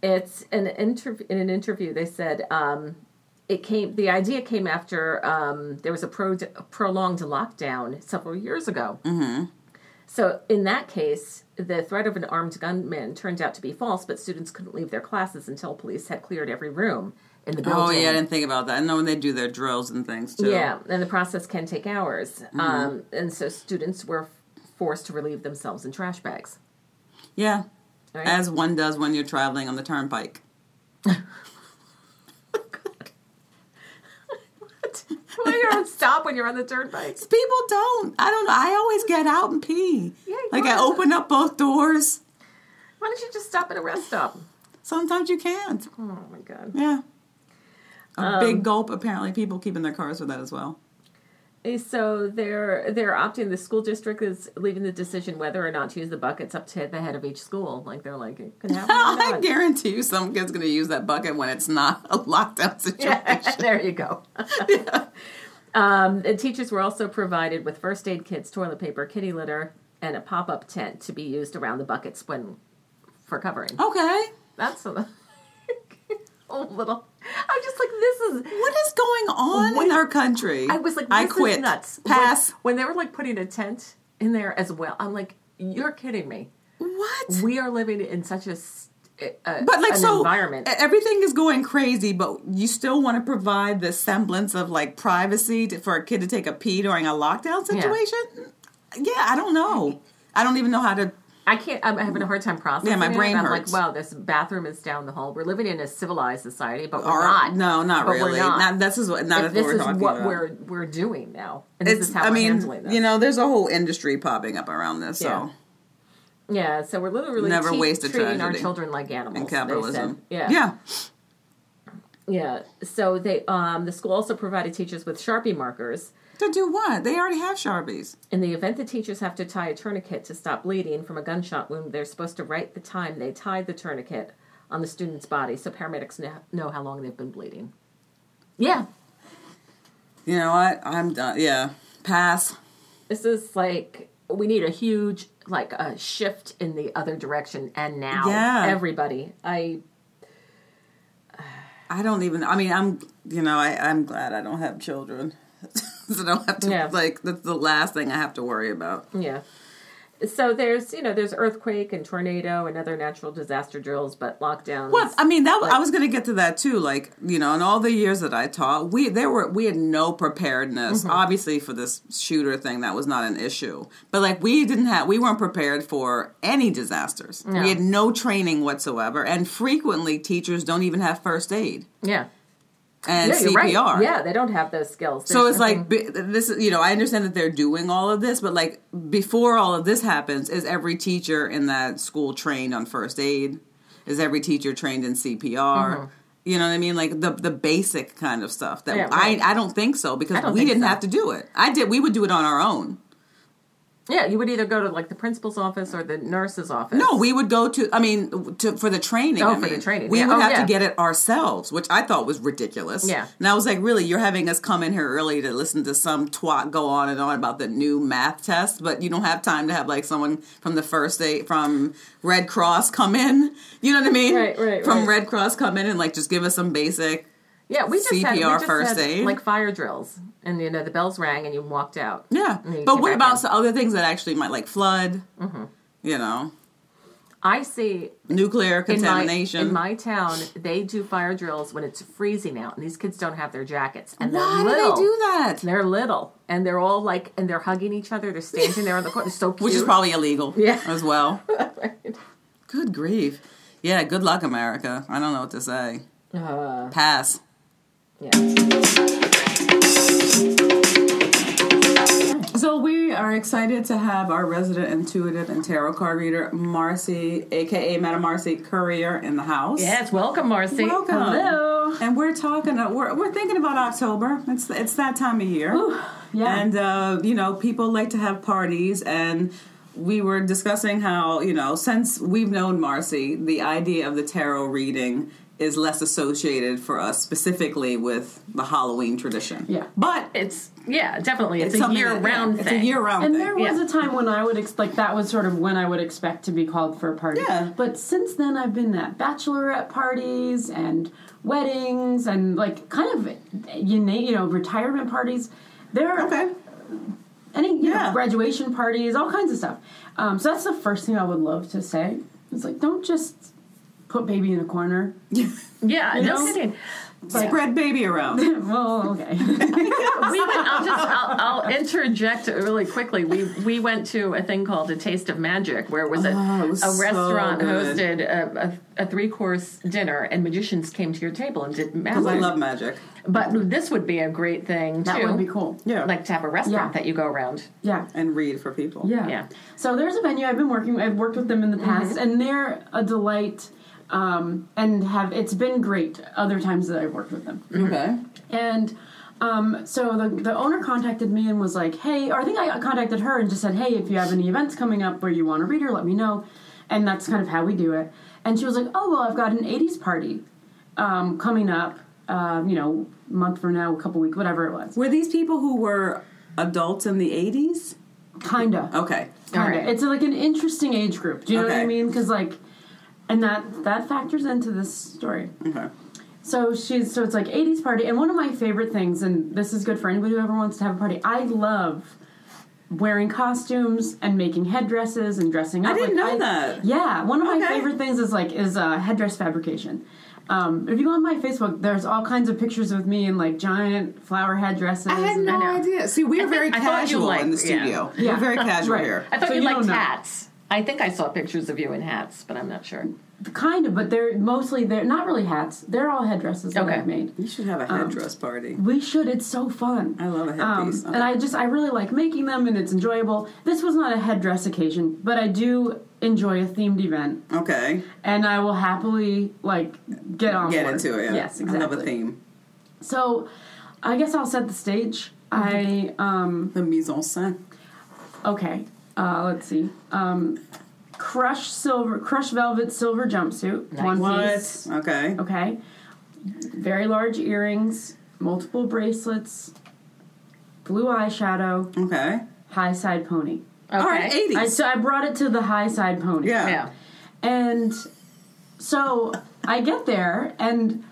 It's an interv- in an interview they said um, it came the idea came after um, there was a, pro- prolonged lockdown several years ago.
Mm-hmm.
So in that case, the threat of an armed gunman turned out to be false, but students couldn't leave their classes until police had cleared every room in the building.
Oh yeah, I didn't think about that. I know when they do their drills and things too.
Yeah, and the process can take hours. Um, and so students were forced to relieve themselves in trash bags.
Yeah.
Right?
As one does when you're traveling on the turnpike.
Well, you don't stop when you're on the turnpike.
People don't. I don't know. I always get out and pee.
Yeah, you
like I
are.
open up both doors.
Why don't you just stop at a rest stop?
Sometimes you can't.
Oh my god.
Yeah. A
Um,
big gulp. Apparently, people keep in their cars with that as well.
Eh, So they're they're opting. The school district is leaving the decision whether or not to use the buckets up to the head of each school. Like they're like it can happen. or
I
not.
guarantee you, some kid's going to use that bucket when it's not a lockdown situation.
Yeah, there you go. um, and teachers were also provided with first aid kits, toilet paper, kitty litter, and a pop up tent to be used around the buckets when for covering.
Okay.
That's a, a little. I'm just like this is.
What is going on in our country?
I was like, this
I quit.
Is nuts. When-
Pass.
When, they were like putting a tent in there as well, I'm like, you're kidding me.
What?
We are living in such a, s- a-
but like
an
so
environment.
e- everything is going crazy but you still want to provide the semblance of like privacy to, for a kid to take a pee during a lockdown situation yeah, i don't know i don't even know how to
I can't. I'm having a hard time processing.
Yeah, my
it,
brain
and I'm
hurts.
like, wow, this bathroom is down the hall. We're living in a civilized society, but we're
or
not.
no not
But we're
really
not.
this is what not that's what
If this
we're
is
talking
what
about.
we're we're doing now, and this
it's
is how
i
we're
mean
handling this.
you know there's a whole industry popping up around this so
Yeah. yeah. So we're literally
Never
te-
waste a
treating our
tragedy.
children like animals.
and
they said.
capitalism
Yeah,
yeah
yeah. So they, um, the school also provided teachers with sharpie markers.
to do what they already have sharpies
In the event that teachers have to tie a tourniquet to stop bleeding from a gunshot wound, they're supposed to write the time they tied the tourniquet on the student's body so paramedics kn- know how long they've been bleeding. Yeah,
you know what i'm done yeah pass
this is like we need a huge like a shift in the other direction and now
Yeah.
everybody i
I don't even. I mean, I'm. You know, I, I'm glad I don't have children, so I don't have to.
Yeah.
Like that's the last thing I have to worry about.
yeah so there's you know there's earthquake and tornado and other natural disaster drills but lockdowns
But I mean, that I was going to get to that too. Like you know, in all the years that I taught, we there were we had no preparedness. Obviously, for this shooter thing, that was not an issue. But like we didn't have, we weren't prepared for any disasters. We had no training whatsoever, and frequently teachers don't even have first aid
yeah
and
yeah, you're
CPR.
right. yeah they don't have those skills
So
There's
it's like
nothing-
b- this. is- You know, I understand that they're doing all of this, but like before all of this happens, is every teacher in that school trained on first aid? Is every teacher trained in CPR?
Mm-hmm.
You know what I mean? Like the the basic kind of stuff that
Yeah, right.
I I don't think so because
don't
we
think
didn't
so.
have to do it. I did. We would do it on our own.
yeah you would either go to like the principal's office or the nurse's office
No, we would go to. I mean, to for the training.
Oh,
I
for the
mean.
training.
we
Yeah.
would
Oh,
have
yeah.
to get it ourselves, which I thought was ridiculous.
Yeah.
and I was like, really, you're having us come in here early to listen to some twat go on and on about the new math test, but you don't have time to have like someone from the first day from Red Cross come in. You know what I mean?
Right, right,
From
right.
Red Cross come in and like just give us some basic.
yeah we just had, we
CPR
just
first
had,
aid.
like fire drills and you know the bells rang and you walked out
Yeah,
And then you
but
came
what
back
about
in. Mm-hmm.
some other things that actually might like flood? You know,
I see
Nuclear
in my,
contamination.
in my town, they do fire drills when it's freezing out, and these kids don't have their jackets, and
Why
they're
do
little.
they do that?
They're little, and they're all like, and they're hugging each other. They're standing there on the court. They're so cute.
Which is probably illegal
Yeah.
as well. Good grief. Yeah, good luck, America. I don't know what to say.
Uh,
Pass.
yeah.
So we are excited to have our resident intuitive and tarot card reader, Marcy, aka Madam Marcy Courier, in the house.
Yes, welcome, Marcy.
Welcome.
Hello.
And we're talking. uh, We're we're thinking about October. It's it's that time of year.
yeah.
And uh, you know, people like to have parties, and we were discussing how you know, since we've known Marcy, the idea of the tarot reading is less associated for us specifically with the Halloween tradition.
Yeah.
but
It's yeah, definitely. It's, a
something that-
year-round
yeah,
thing.
It's a year-round
And
thing.
there was
Yeah.
a time when I would ex- like that was sort of when I would expect to be called for a party.
Yeah.
But since then, I've been at bachelorette parties and weddings and like kind of you na- you know retirement parties. There are
okay.
any you
Yeah.
know, graduation parties, all kinds of stuff. Um, so that's the first thing I would love to say. It's like don't just put baby in a corner.
yeah, no
know?
kidding.
Spread baby around.
well, okay.
we went, I'll just I'll, I'll interject really quickly. We we went to a thing called a Taste of Magic, where it was a,
Oh, it was
a
so
restaurant
good.
hosted a, a, a three course dinner, and magicians came to your table and did magic.
I love magic.
but this would be a great thing
that
too.
would be cool.
Yeah.
Like to have a restaurant
Yeah.
that you go around.
Yeah.
and read for people.
Yeah.
Yeah.
So there's a venue I've been working. I've worked with them in the past, and they're a delight. Um, and have it's been great other times that I've worked with them.
Mm-hmm.
Okay.
And um, so the, the owner contacted me and was like, hey, or I think I contacted her and just said, hey, if you have any events coming up where you want a reader, let me know. And that's kind of how we do it. And she was like, oh, well, I've got an 80s party um, coming up, um, you know, month from now, a couple weeks, whatever it was.
Were these people who were adults in the 80s?
Kind of.
Okay.
Kinda.
Alright.
It's like an interesting age group. Do you know what I
Okay.
mean? Because like, and that that factors into this story.
Okay.
So she's so it's like 80s party, and one of my favorite things, and this is good for anybody who ever wants to have a party. I love wearing costumes and making headdresses and dressing up.
didn't
Like,
know that.
Yeah, one of my
Okay.
favorite things is like is uh, headdress fabrication. Um, if you go on my Facebook, there's all kinds of pictures with me in like giant flower headdresses.
I had
and-
no
know.
idea. See, we're
I think-
very
I thought you
casual in the
liked- yeah.
studio.
Yeah.
We're very casual
Right.
here.
I thought
So
you
you
liked
don't know.
hats. I think I saw pictures of you in hats, but I'm not sure.
kind of, but they're mostly they're not really hats. They're all headdresses that
Okay.
I've made.
You should have a
Um,
headdress party.
We should. It's so fun. Um,
I love a headpiece.
And I just I really like making them, and it's enjoyable. This was not a headdress occasion, but I do enjoy a themed event,
Okay.
and I will happily like get on
Get
board.
into it.
Yes,
I love
exactly.
a theme.
So, I guess I'll set the stage. I um
The mise en scène.
okay. Uh, let's see. Um, crush silver, crush velvet silver jumpsuit, one piece.
Okay.
Okay. Very large earrings, multiple bracelets, blue eyeshadow,
Okay.
high side pony.
Okay.
All right, 80s.
I, so I brought it to the high side pony.
yeah.
Yeah.
And so I get there and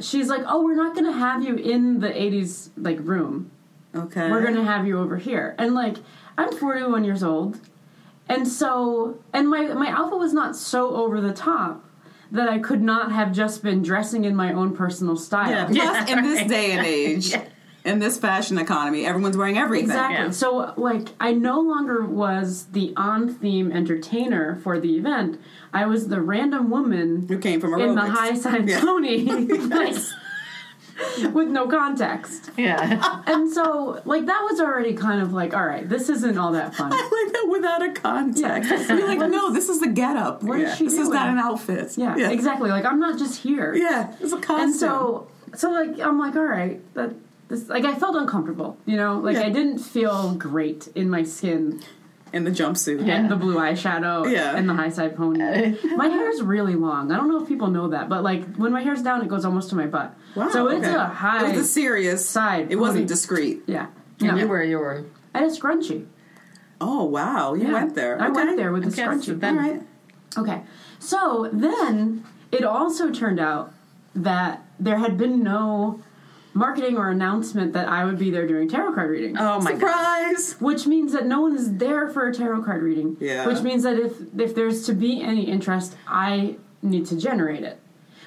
she's like, "Oh, we're not going to have you in the 80s like room.
Okay.
We're going to have you over here." And like I'm 41 years old. And so and my my outfit was not so over the top that I could not have just been dressing in my own personal style.
Yeah. Plus, in this day and age, in this fashion economy, everyone's wearing everything.
Exactly.
Yeah.
So, like, I no longer was the on theme entertainer for the event. I was the random woman
Who came from a
in the high side
Yeah.
pony like, with no context.
Yeah.
And so, like, that was already kind of like, all right, this isn't all that fun.
like that without a context.
Yeah.
You're like, no, this is the getup.
What is she
This is
doing?
not an outfit.
Yeah, exactly. Like, I'm not just here.
Yeah, it's a costume.
And so, so like, I'm like, all right, that this, like, I felt uncomfortable. You know, like,
Yeah.
I didn't feel great in my skin.
in the jumpsuit.
and the blue eyeshadow
Yeah.
and the high side pony. my hair is really long. I don't know if people know that, but like when my hair's down, it goes almost to my butt. so it's
okay.
a high.
It was a serious
side
It wasn't
pony.
discreet.
yeah.
And
Yeah.
you were you were.
I had a scrunchy.
Oh wow, you
Yeah.
went there.
I
okay.
went there with the
Okay, so
scrunchie.
then-
All right.
Okay. So then it also turned out that there had been no marketing or announcement that I would be there doing tarot card readings.
Oh my Surprise!
Which means that no one is there for a tarot card reading.
Yeah.
Which means that if if there's to be any interest, I need to generate it.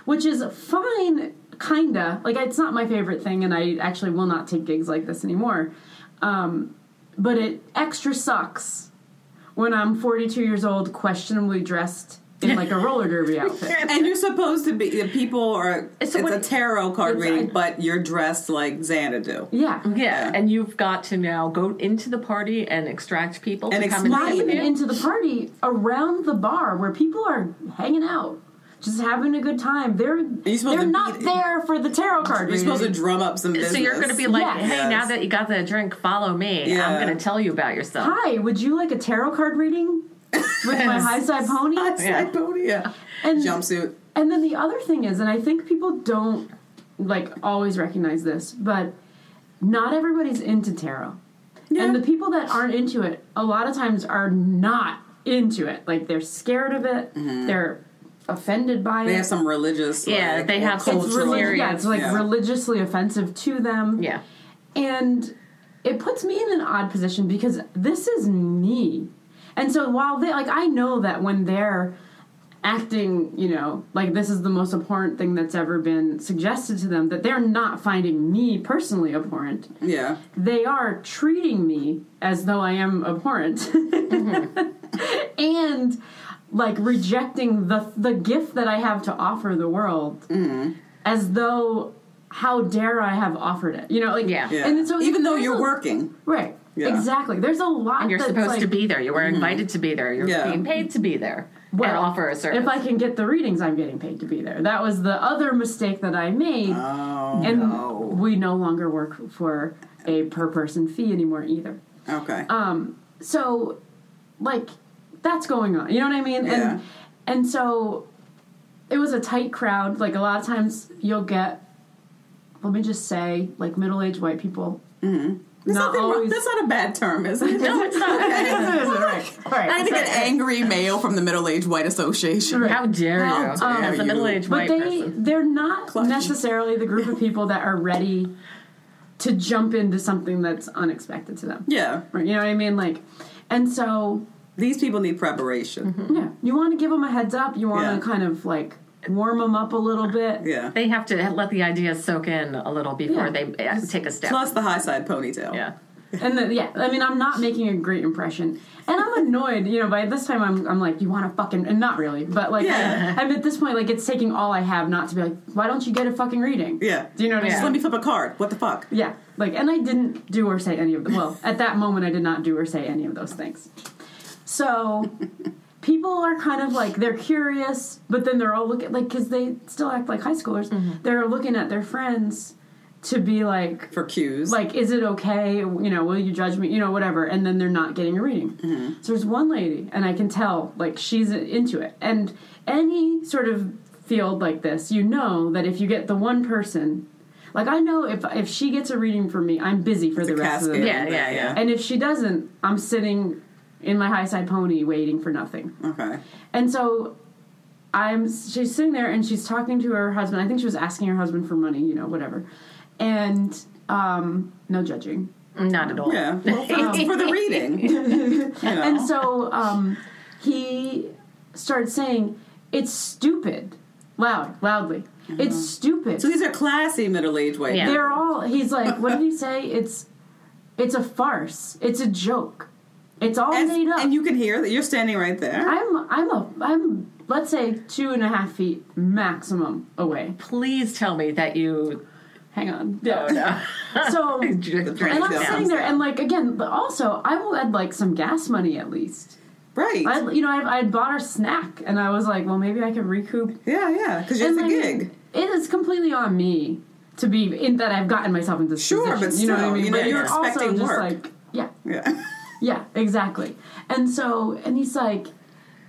Which is fine, kinda. Like it's not my favorite thing, and I actually will not take gigs like this anymore. Um, but it extra sucks when I'm 42 years old, questionably dressed in like a roller derby outfit.
And you're supposed to be the people are. It's,
So what-
a tarot card
it's-
reading, but you're dressed like Xanadu.
Yeah.
Yeah, and you've got to now go into the party and extract people
And
to come
explain
not
and
even
sit with you.
into the party around the bar where people are hanging out just having a good time they're
supposed
they're
to
not
be-
there for the tarot card
You're
reading
supposed to drum up some. Business.
So you're going to be like,
Yes.
hey, now that you got the drink, follow me.
Yeah.
I'm going to tell you about yourself.
hi would you like a tarot card reading with my high side pony
High side pony, yeah.
and
Jumpsuit.
and then the other thing is and i think people don't like always recognize this but not everybody's into tarot and the people that aren't into it a lot of times are not into it like they're scared of it they're offended by
Mm-hmm. They
it
have some religious.
Yeah,
like,
they have
or
some
it's
cultural-
religious-
relig- yeah, it's like
Yeah.
religiously offensive to them.
Yeah.
And it puts me in an odd position because this is me. And so while they like I know that when they're acting, you know, like this is the most abhorrent thing that's ever been suggested to them, that they're not finding me personally abhorrent
Yeah.
they are treating me as though I am abhorrent and like rejecting the the gift that I have to offer the world
Mm-hmm.
as though how dare I have offered it you know like
Yeah.
Yeah.
and so
even though
there's
you're
a-
working,
right
Yeah.
exactly there's a lot
You're
that's,
supposed
like,
to be there. You were invited to be there. You're
mm-hmm. Yeah.
being paid to be there. Well, and
Well,
offer a service.
if I can get the readings, I'm getting paid to be there. That was the other mistake that I made.
Oh,
and
no.
we no longer work for a per person fee anymore either.
okay.
Uh,
um so like that's going on you know what i mean
Yeah.
and and so it was a tight crowd like a lot of times you'll get let me just say like middle-aged white people
Mm-hmm. There's
not
nothing wrong-
always-
That's not a bad term, is it?
no, it's not.
right
I
right
think an angry male from the Middle Aged White Association.
How dare
How
you?
dare
As
you.
a middle-aged white
but they
person.
they're not
Clutch.
necessarily the group of people that are ready to jump into something that's unexpected to them
Yeah,
Right, you know what i mean like and so
these people need preparation.
Mm-hmm.
yeah you want to give them a heads up you want to
Yeah.
kind of like warm them up a little bit
Yeah.
They have to let the idea soak in a little before
Yeah.
they uh, take a step.
Plus the high side ponytail.
yeah.
And the, yeah, I mean, I'm not making a great impression, and I'm annoyed. You know, by this time, I'm I'm like, you want to fucking, and not really, but like,
Yeah.
I'm at this point, like, it's taking all I have not to be like, why don't you get a fucking reading?
Yeah.
do you know what
Just
I
let
mean?
me flip a card. What the fuck?
Yeah, like, and I didn't do or say any of them. Well, at that moment, I did not do or say any of those things. So, people are kind of like they're curious, but then they're all looking like because they still act like high schoolers.
Mm-hmm.
They're looking at their friends to be like,
For cues.
like is it okay you know will you judge me you know whatever and then they're not getting a reading
Mm-hmm.
so there's one lady and i can tell like she's into it and any sort of field like this you know that if you get the one person like i know if if she gets a reading from me i'm busy for the
the
rest of
casket.
the day
Yeah, yeah, yeah.
and if she doesn't i'm sitting in my high side pony waiting for nothing
Okay.
and so I'm she's sitting there and she's talking to her husband. I think she was asking her husband for money, you know, whatever. And um no judging.
Not at all.
Yeah. Well, for, for the reading. You know.
And
Oh.
so um he starts saying, "It's stupid." Loud, loudly. It's stupid.
Uh-huh. so these are classy middle aged white
Yeah.
people.
They're all he's like, "What did he say? It's it's a farce. It's a joke. It's all
And,
made up."
and you can hear that you're standing right there.
I'm I'm a I'm let's say two and a half feet maximum away.
Please tell me that you.
Hang on.
Oh, no.
So and
And
I'm
Yeah.
sitting there, and like again, but also I will add like some gas money at least.
right.
I you know I, I bought her snack, and I was like, well maybe I can recoup.
yeah, yeah. Because it's
And,
a
like,
gig.
It is completely on me to be in that I've gotten myself into this
Sure,
position,
but
you know what I
still,
mean.
you know,
But
you're
it's also
expecting
just
work.
like yeah,
Yeah.
yeah, exactly. And so and he's like,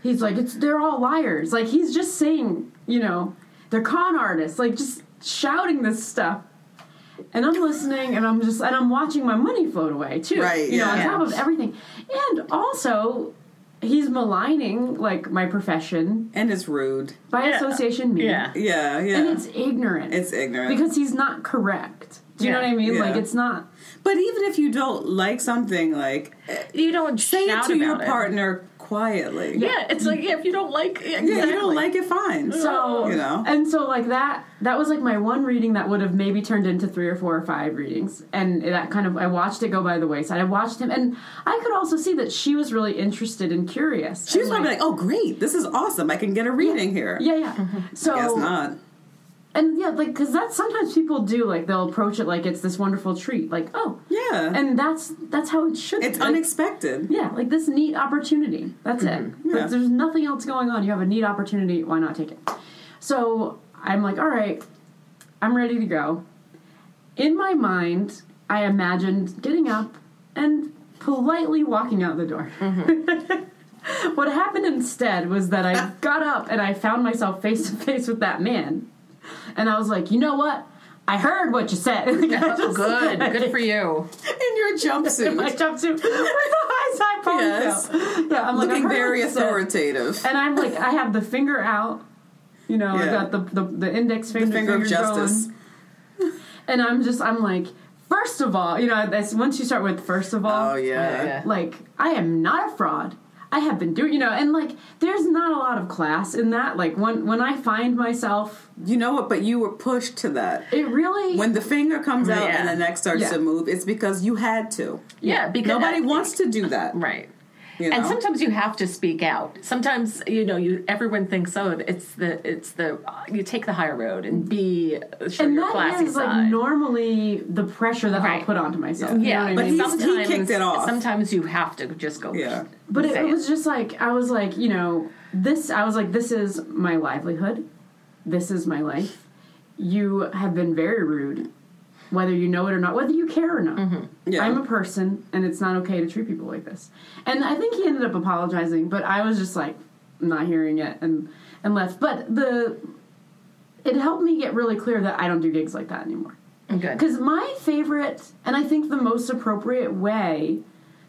he's like it's they're all liars. Like he's just saying you know they're con artists. Like just shouting this stuff and I'm listening and I'm just and I'm watching my money float away too.
Right,
You know,
yeah.
on
Yeah.
top of everything. And also he's maligning like my profession
and it's rude.
by association me.
Yeah.
Yeah, yeah.
And it's ignorant.
It's ignorant.
Because he's not correct. Do you know
Yeah.
what I mean?
Yeah.
Like it's not.
But even if you don't like something, like
You don't
say it
shout
to your
about it.
partner quietly.
Yeah, it's like yeah, if you don't like, yeah,
Yeah, if
exactly.
you don't like it, fine.
So
you know,
and so like that. That was like my one reading that would have maybe turned into three or four or five readings, and that kind of I watched it go by the wayside. I watched him, and I could also see that she was really interested and curious.
she was
and,
probably like, "Oh, great, this is awesome. I can get a reading here."
yeah, yeah. So
Guess not.
and yeah, like because that's sometimes people do like they'll approach it like it's this wonderful treat, like oh
Yeah,
and that's that's how it should.
it's
be. Like,
unexpected.
Yeah, like this neat opportunity. That's it.
Mm-hmm.
Yeah.
Like, there's nothing else going on. You have a neat opportunity. Why not take it? So I'm like, all right, I'm ready to go. In my mind, I imagined getting up and politely walking out the door.
Mm-hmm.
what happened instead was that I got up and I found myself face to face with that man. And I was like, you know what? I heard what you said.
Oh, good, good for you.
In your jumpsuit,
my jumpsuit with a high side
Yes.
ponytail. Yeah, I'm like, I
looking
heard
very
what you said.
authoritative.
And I'm like, I have the finger out. You know,
Yeah.
I got the, the the index finger,
finger of
finger
justice.
going. And I'm just, I'm like, first of all, you know, that's once you start with first of all,
Oh yeah.
yeah.
like I am not a fraud. I have been doing, you know, and like, there's not a lot of class in that. Like when when I find myself,
You know what? But you were pushed to that.
it really
When the finger comes out
Yeah.
and the neck starts
Yeah.
to move, it's because you had to.
Yeah, because
Nobody wants to do that.
right.
You know?
And sometimes you have to speak out. Sometimes you know you everyone thinks oh it's the it's the you take the high road and be show
and
your
that
classy
is
side.
like normally the pressure that I'll
Right.
put onto myself. you know
yeah,
what I
But
mean?
he's- he kicked it off.
Sometimes you have to just go.
Yeah.
But it,
say
it was just like I was like, you know, this. I was like, this is my livelihood. This is my life. You have been very rude, whether you know it or not, whether you care or not.
Yeah.
I'm a person, and it's not okay to treat people like this. And I think he ended up apologizing, but I was just like, not hearing it, and and left. But the it helped me get really clear that I don't do gigs like that anymore.
Good.
Because my favorite, and I think the most appropriate way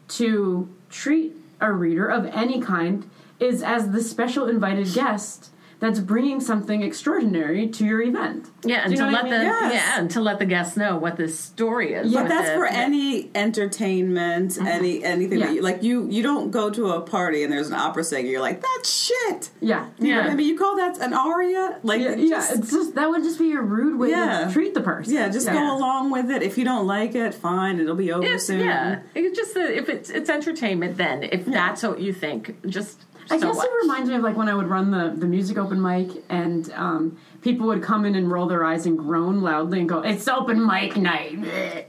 to treat a reader of any kind is as the special invited guest that's bringing something extraordinary to your event.
Yeah, and
Do you
to
know what
let the
I mean?
Yes.
yeah, and to let the guests know what this story is.
Yeah.
But
what
that's
the-
for any entertainment, any anything
Yeah.
that you like. You you don't go to a party and there's an opera singer. You're like that's shit.
Yeah.
You know what
Yeah.
I mean, you call that an aria? Like
Yeah,
it
yeah,
just-
it's just that would just be a rude way
Yeah.
to treat the person.
yeah, just go along with it. If you don't like it, fine. It'll be over
It's,
soon.
yeah, it's just that if it's it's entertainment, then if that's what you think, just
I
so
guess
what?
it reminds me of like when I would run the, the music open mic and um, people would come in and roll their eyes and groan loudly and go, It's open mic night.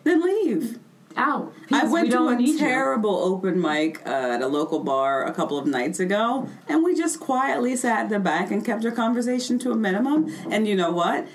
Then leave.
Out.
I
Please, we
went to
don't
a
need you.
terrible open mic uh, at a local bar a couple of nights ago, and we just quietly sat in the back and kept our conversation to a minimum. And you know what?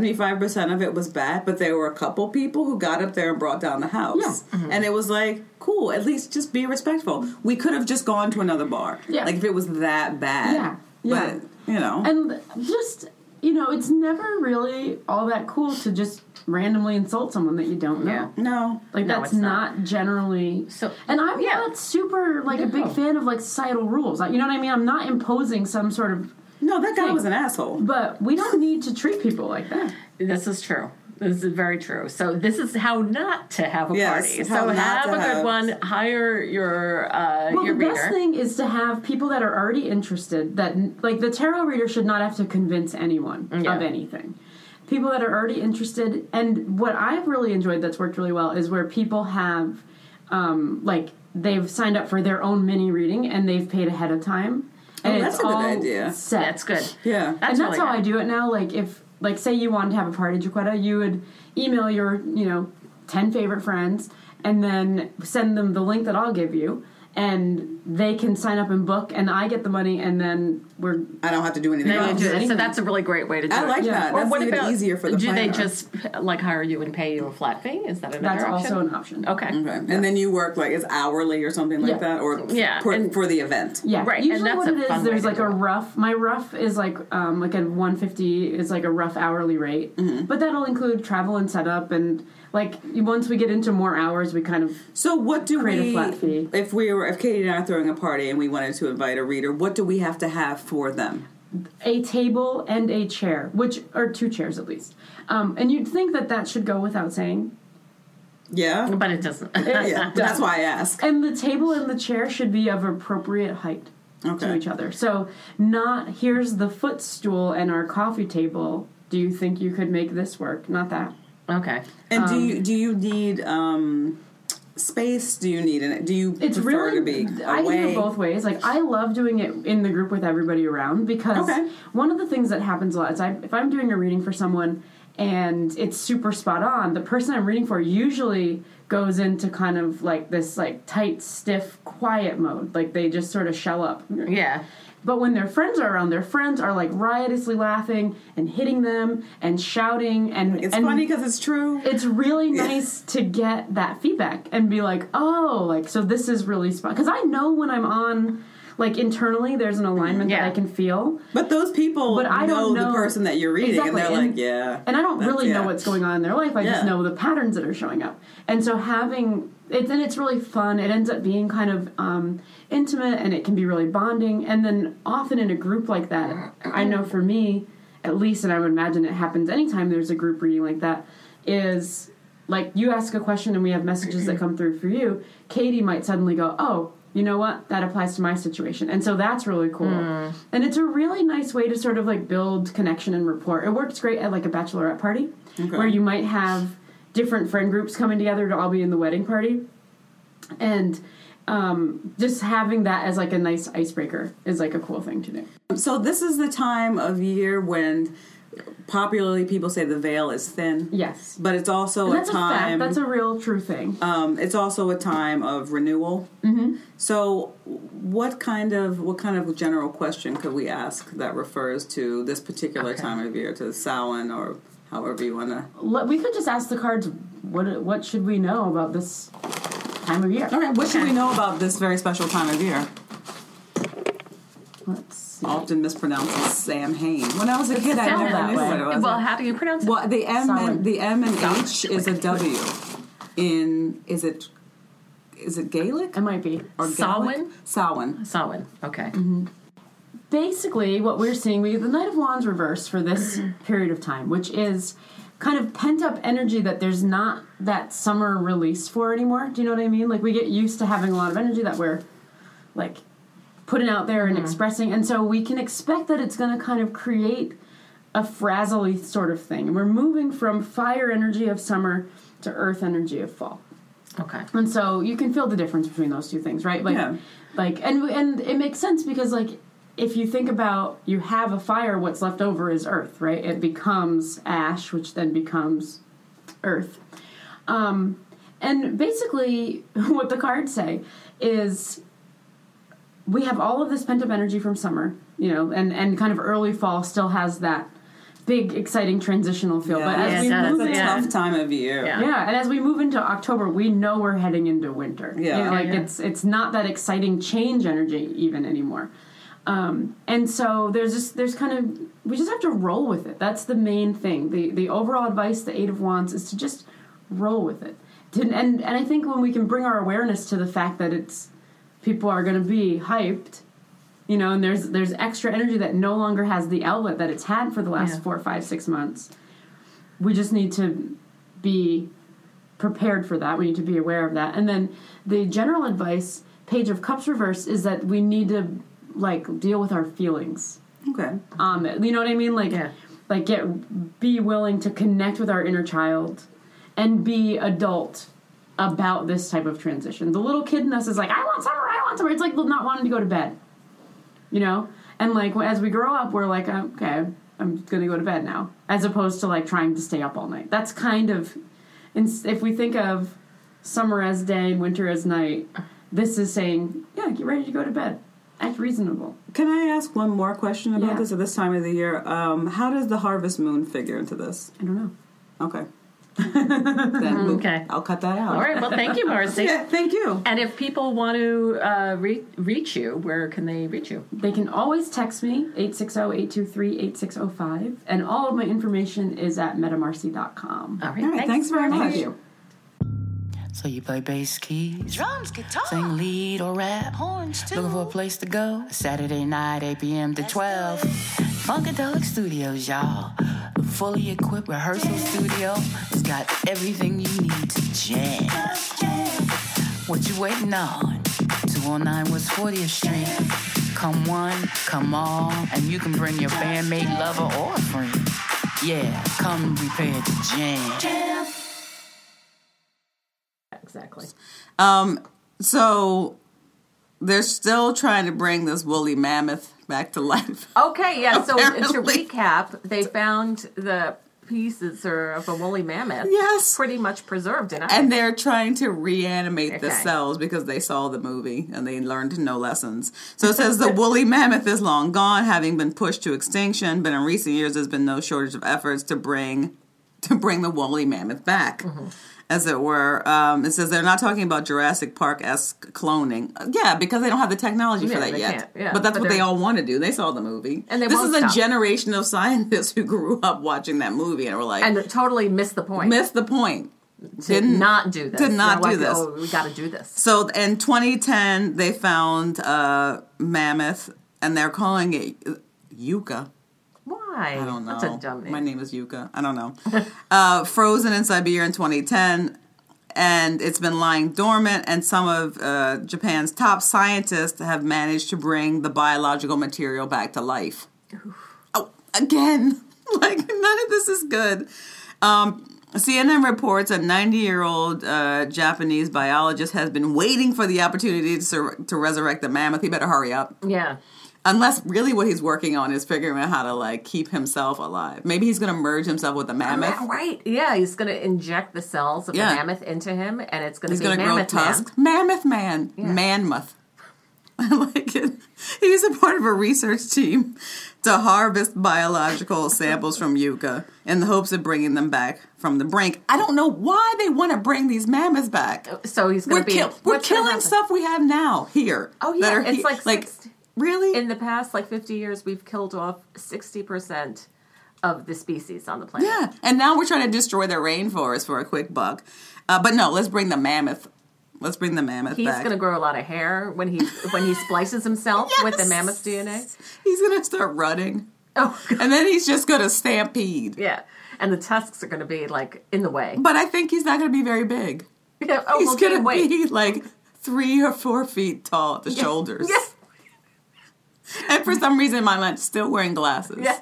75% of it was bad, but there were a couple people who got up there and brought down the house.
Mm-hmm.
And it was like, cool, at least just be respectful. We could have just gone to another bar.
Yeah.
Like if it was that bad.
Yeah, yeah.
But, you know.
And just, you know, it's never really all that cool to just randomly insult someone that you don't know.
Yeah.
no.
Like
No,
that's
it's
not,
not.
generally
So-
and I'm
yeah.
not super like a big fan of like societal rules. Like, You know what I mean? I'm not imposing some sort of
No, that guy
Thanks.
was an asshole.
but we don't need to treat people like that.
This is true. This is very true. So this is how not to have a
Yes,
party.
how
So
not
have
to
a good
have-
one. Hire your uh,
Well,
your
the
reader.
best thing is to have people that are already interested. That like the tarot reader should not have to convince anyone
Yeah.
of anything. People that are already interested, and what I've really enjoyed that's worked really well is where people have, um, like they've signed up for their own mini reading and they've paid ahead of time. And
that's
it's
a good
all
idea.
Set.
That's good.
Yeah.
That's
and
really
that's how I
good.
do it now. Like if like say you wanted to have a party at Jaquetta, you would email your, you know, ten favorite friends and then send them the link that I'll give you and they can sign up and book and I get the money and then we're
I don't have to do anything
They
else.
do it. So
anything.
that's a really great way to do
I
it.
like
Yeah.
that.
Or
That's even easier for the
do they
planner.
just like hire you and pay you a flat fee? Is that another
that's
option?
also an option.
Okay.
Okay. And then you work like it's hourly or something like
Yeah.
that, or
Yeah,
for,
and-
for the event.
Yeah,
Right, and
Usually,
that's
what
a
it is,
fun way
there's
to
like
do
a
it.
rough. My rough is like um like a 150 is like a rough hourly rate,
Mm-hmm.
but that'll include travel and setup and like once we get into more hours, we kind of
So what do
Create a
we?
flat fee.
If we were, if Katie and I are throwing a party and we wanted to invite a reader, what do we have to have for them?
a table and a chair, which are two chairs at least. Um, and you'd think that that should go without saying.
Yeah.
but it doesn't.
Yeah. That's why I ask.
And the table and the chair should be of appropriate height
Okay.
to each other. So, not here's the footstool and our coffee table. Do you think you could make this work? Not that.
okay.
And do you do you need um space? Do you need an do you
It's
prefer
really
to be
I can do
away?
it both ways. Like I love doing it in the group with everybody around because
Okay.
one of the things that happens a lot is I, if I'm doing a reading for someone and it's super spot on, the person I'm reading for usually goes into kind of like this like tight, stiff, quiet mode. Like they just sort of shell up.
Yeah.
But when their friends are around, their friends are like riotously laughing and hitting them and shouting and
It's
and
funny because it's true.
it's really nice to get that feedback and be like, oh, like so this is really spot because I know when I'm on, like internally, there's an alignment
Yeah.
that I can feel,
But those people
but I
know,
don't know
the person that you're reading,
Exactly,
and they're like, yeah.
and I don't
that's-
really
yeah.
know what's going on in their life. I just
Yeah.
know the patterns that are showing up, and so having it, and it's really fun. It ends up being kind of um, intimate, and it can be really bonding. And then often in a group like that, I know for me, at least, and I would imagine it happens anytime there's a group reading like that, is like you ask a question and we have messages that come through for you, Katie might suddenly go, Oh, you know what? That applies to my situation. And so that's really cool. And it's a really nice way to sort of like build connection and rapport. It works great at like a bachelorette party where you might have different friend groups coming together to all be in the wedding party. And um, just having that as like a nice icebreaker is like a cool thing to do.
So this is the time of year when popularly people say the veil is thin.
Yes.
But it's also
And that's
a
a
time.
fact. That's a real true thing.
um, it's also a time of renewal. Mm-hmm. So, what kind of what kind of general question could we ask that refers to this particular time of year, to the Samhain or however you want to?
Le- we could just ask the cards what what should we know about this time of year.
Okay, what should we know about this very special time of year?
Let's see.
Often mispronounced as Sam Hain. When I was a kid, I
sound
never
that
knew
way.
what it was.
Well, how do you pronounce it?
Well, the M
Solid.
and the M and H is a W. In is it is it Gaelic
It might be.
or
Samhain?
Gaelic? Samhain.
Samhain. Okay.
Mm-hmm.
Basically, what we're seeing, we the Knight of Wands reverse for this period of time, which is kind of pent up energy that there's not that summer release for anymore. Do you know what I mean? Like we get used to having a lot of energy that we're like putting out there and expressing, and so we can expect that it's going to kind of create a frazzly sort of thing. And we're moving from fire energy of summer to earth energy of fall.
Okay.
And so you can feel the difference between those two things, right? Like,
Yeah.
like, and and it makes sense because like if you think about you have a fire, what's left over is earth, right? It becomes ash, which then becomes earth. Um, and basically, what the cards say is we have all of this pent up energy from summer, you know, and and kind of early fall still has that big exciting transitional feel. but
Yeah,
as
it
we
does,
move
It's a
yeah.
tough time of year.
Yeah.
yeah, and as we move into October, we know we're heading into winter.
Yeah.
You know, like
Yeah, yeah.
it's it's not that exciting change energy even anymore. Um, and so there's just there's kind of we just have to roll with it. That's the main thing. The the overall advice, the eight of wands, is to just roll with it. To, and and I think when we can bring our awareness to the fact that it's people are going to be hyped, you know, and there's there's extra energy that no longer has the outlet that it's had for the last
Yeah.
four, five, six months. We just need to be prepared for that. We need to be aware of that. And then the general advice, page of cups reverse, is that we need to like deal with our feelings.
Okay.
Um, you know what I mean? Like,
Yeah.
like get be willing to connect with our inner child and be adult about this type of transition. The little kid in us is like, I want summer, I want summer. It's like not wanting to go to bed, you know. And like as we grow up, we're like, "Oh, okay, I'm gonna go to bed now, as opposed to like trying to stay up all night. That's kind of, ins- if we think of summer as day and winter as night, this is saying, yeah, get ready to go to bed. Act reasonable.
Can I ask one more question about
Yeah.
this at this time of the year? Um, how does the harvest moon figure into this?
I don't know.
Okay. then we'll-
Okay.
I'll cut that out.
All right. Well, thank you, Marcy.
Yeah, thank you.
And if people want to uh, re- reach you, where can they reach you?
They can always text me, oh, 860-823-8605. And all of my information is at metamarcy.com.
All right.
All right, thanks very much.
Thank you.
So you play bass keys,
Drums, guitar,
sing lead or rap.
horns too.
Looking for a place to go? Saturday night, 8 p.m. to 12. Funkadelic Studios, y'all. The fully equipped rehearsal studio has got everything you need to jam. What you waiting on? 209 West 40th Street. Come one, come all, and you can bring your bandmate, lover, or friend. Yeah, come prepared to jam.
Exactly.
Um, so they're still trying to bring this woolly mammoth back to life.
Okay, yeah. So
Apparently.
to recap, they found the pieces or of a woolly mammoth.
Yes.
Pretty much preserved in
And they're trying to reanimate the
Okay.
cells because they saw the movie and they learned no lessons. So it says the woolly mammoth is long gone, having been pushed to extinction, but in recent years there's been no shortage of efforts to bring to bring the woolly mammoth back.
Mm-hmm.
As it were, um, it says they're not talking about Jurassic Park esque cloning. Uh, Yeah, because they don't have the technology for
Yeah,
that
they
yet.
can't. Yeah,
but that's
but
what they
they're-
all want to do. They saw the movie,
And they
this
won't
is a
stop.
generation of scientists who grew up watching that movie and were like,
and totally missed the point.
missed the point.
did not do this.
did not
They're
do this.
Oh, we got to do this.
So in 2010, they found uh, mammoth, and they're calling it uh, Yucca.
Why?
I don't know.
That's a dumb name.
My name is Yuka. I don't know. uh, frozen in Siberia in 2010, and it's been lying dormant. And some of uh, Japan's top scientists have managed to bring the biological material back to life. Oh, again, like none of this is good. Um, CNN reports a 90 year old uh, Japanese biologist has been waiting for the opportunity to, sur- to resurrect the mammoth. He better hurry up
Yeah.
unless really what he's working on is figuring out how to like keep himself alive. Maybe he's gonna merge himself with a mammoth.
Right. Yeah, he's going to inject the cells of
Yeah.
the mammoth into him, and it's going to
He's
be
gonna grow
mammoth man.
tusks. Mammoth man, manmoth. I like it. He's a part of a research team to harvest biological samples from Yucca in the hopes of bringing them back from the brink. I don't know why they want to bring these mammoths back.
So he's
We're,
going to be.
kill- we're
what's gonna
killing
happen?
stuff we have now here.
Oh, yeah,
that are
it's
he-
like
like
sixty-
really
In the past, like fifty years, we've killed off sixty percent of the species on the planet.
Yeah, and now we're trying to destroy the rainforest for a quick buck. Uh, but no, let's bring the mammoth. Let's bring the mammoth
He's
back.
going to grow a lot of hair when he when he splices himself with the
Yes.
mammoth DNA.
he's gonna start running,
Oh, God.
and then he's just gonna stampede.
yeah. And the tusks are going to be like in the way.
But I think he's not gonna be very big.
Yeah, oh,
He's
well,
gonna
gain weight.
be like three or four feet tall at the shoulders.
Yes.
And for some reason, in my mind, still wearing glasses.
Yeah.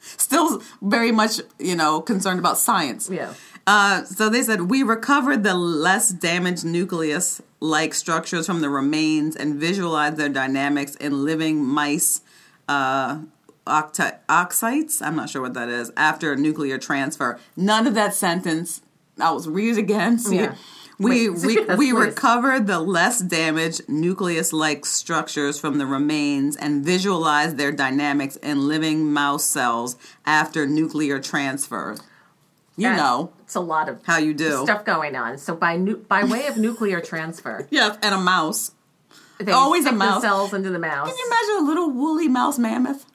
Still very much, you know, concerned about science.
Yeah.
Uh, so they said we recovered the less damaged nucleus like structures from the remains and visualized their dynamics in living mice uh, octi- oxites. I'm not sure what that is. After a nuclear transfer, none of that sentence. I was read it again. See,
Yeah.
we
Wait.
we,
Yes,
we
please.
recovered the less damaged nucleus like structures from the remains and visualized their dynamics in living mouse cells after nuclear transfer. You
That's-
know
it's a lot of
how you do.
stuff going on. So by nu- by way of nuclear transfer,
Yes, and a mouse.
they
Always a
stick the
mouse.
cells into the mouse.
Can you imagine a little woolly mouse mammoth?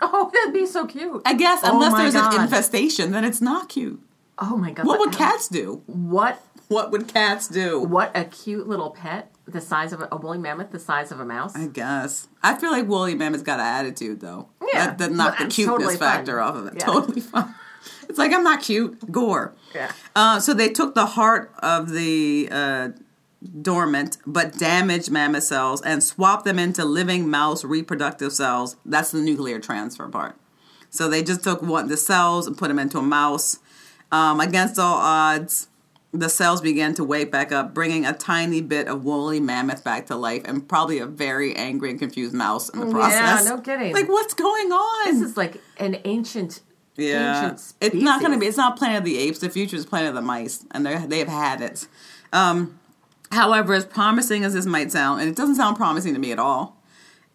Oh, that'd be so cute.
I guess
Oh
unless
my
there's
God.
an infestation, then it's not cute.
Oh my god!
What would cats do?
What
What would cats do?
what a cute little pet the size of a, a woolly mammoth, the size of a mouse.
I guess. I feel like woolly mammoth's got an attitude though.
Yeah.
That, that knocked
Well,
the
that's
cuteness
totally fine.
factor off of it.
Yeah.
Totally fine. It's like I'm not cute. Gore.
Yeah.
Uh, so they took the heart of the uh, dormant but damaged mammoth cells and swapped them into living mouse reproductive cells. That's the nuclear transfer part. So they just took one the cells and put them into a mouse. Um, against all odds, the cells began to wake back up, bringing a tiny bit of woolly mammoth back to life, and probably a very angry and confused mouse in the process.
Oh, no kidding.
Like what's going on?
This is like an ancient,
Yeah,
ancient
it's not going to
species.
be. It's not Planet of the Apes. The future is Planet of the Mice, and they they've had it. Um, however, as promising as this might sound, and it doesn't sound promising to me at all,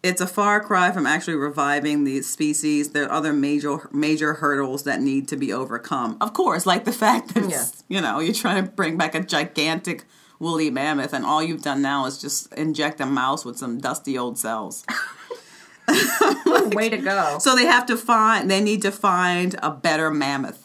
it's a far cry from actually reviving these species. There are other major major hurdles that need to be overcome. Of course, like the fact that it's, you know you're trying to bring back a gigantic woolly mammoth, and all you've done now is just inject a mouse with some dusty old cells.
Way to go!
So they have to find. They need to find a better mammoth.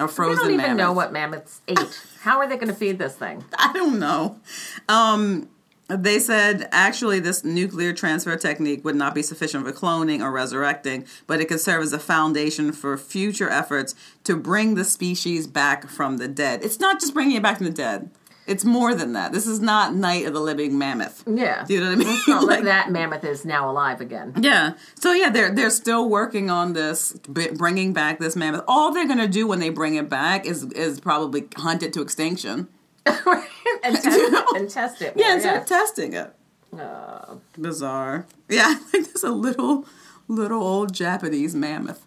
A
We
frozen
don't even
mammoth.
know what mammoths ate. How are they going to feed this thing?
I don't know. Um, they said actually this nuclear transfer technique would not be sufficient for cloning or resurrecting, but it could serve as a foundation for future efforts to bring the species back from the dead. It's not just bringing it back from the dead. It's more than that. This is not Night of the Living Mammoth.
Yeah.
Do you know what I mean?
Well,
Like-
that mammoth is now alive again.
yeah. So yeah, they're they're still working on this, b- bringing back this mammoth. All they're gonna do when they bring it back is is probably hunt it to extinction.
and, test, and test it.
Yeah,
more,
instead of testing it.
Uh,
Bizarre. Yeah, I think there's a little, little old Japanese mammoth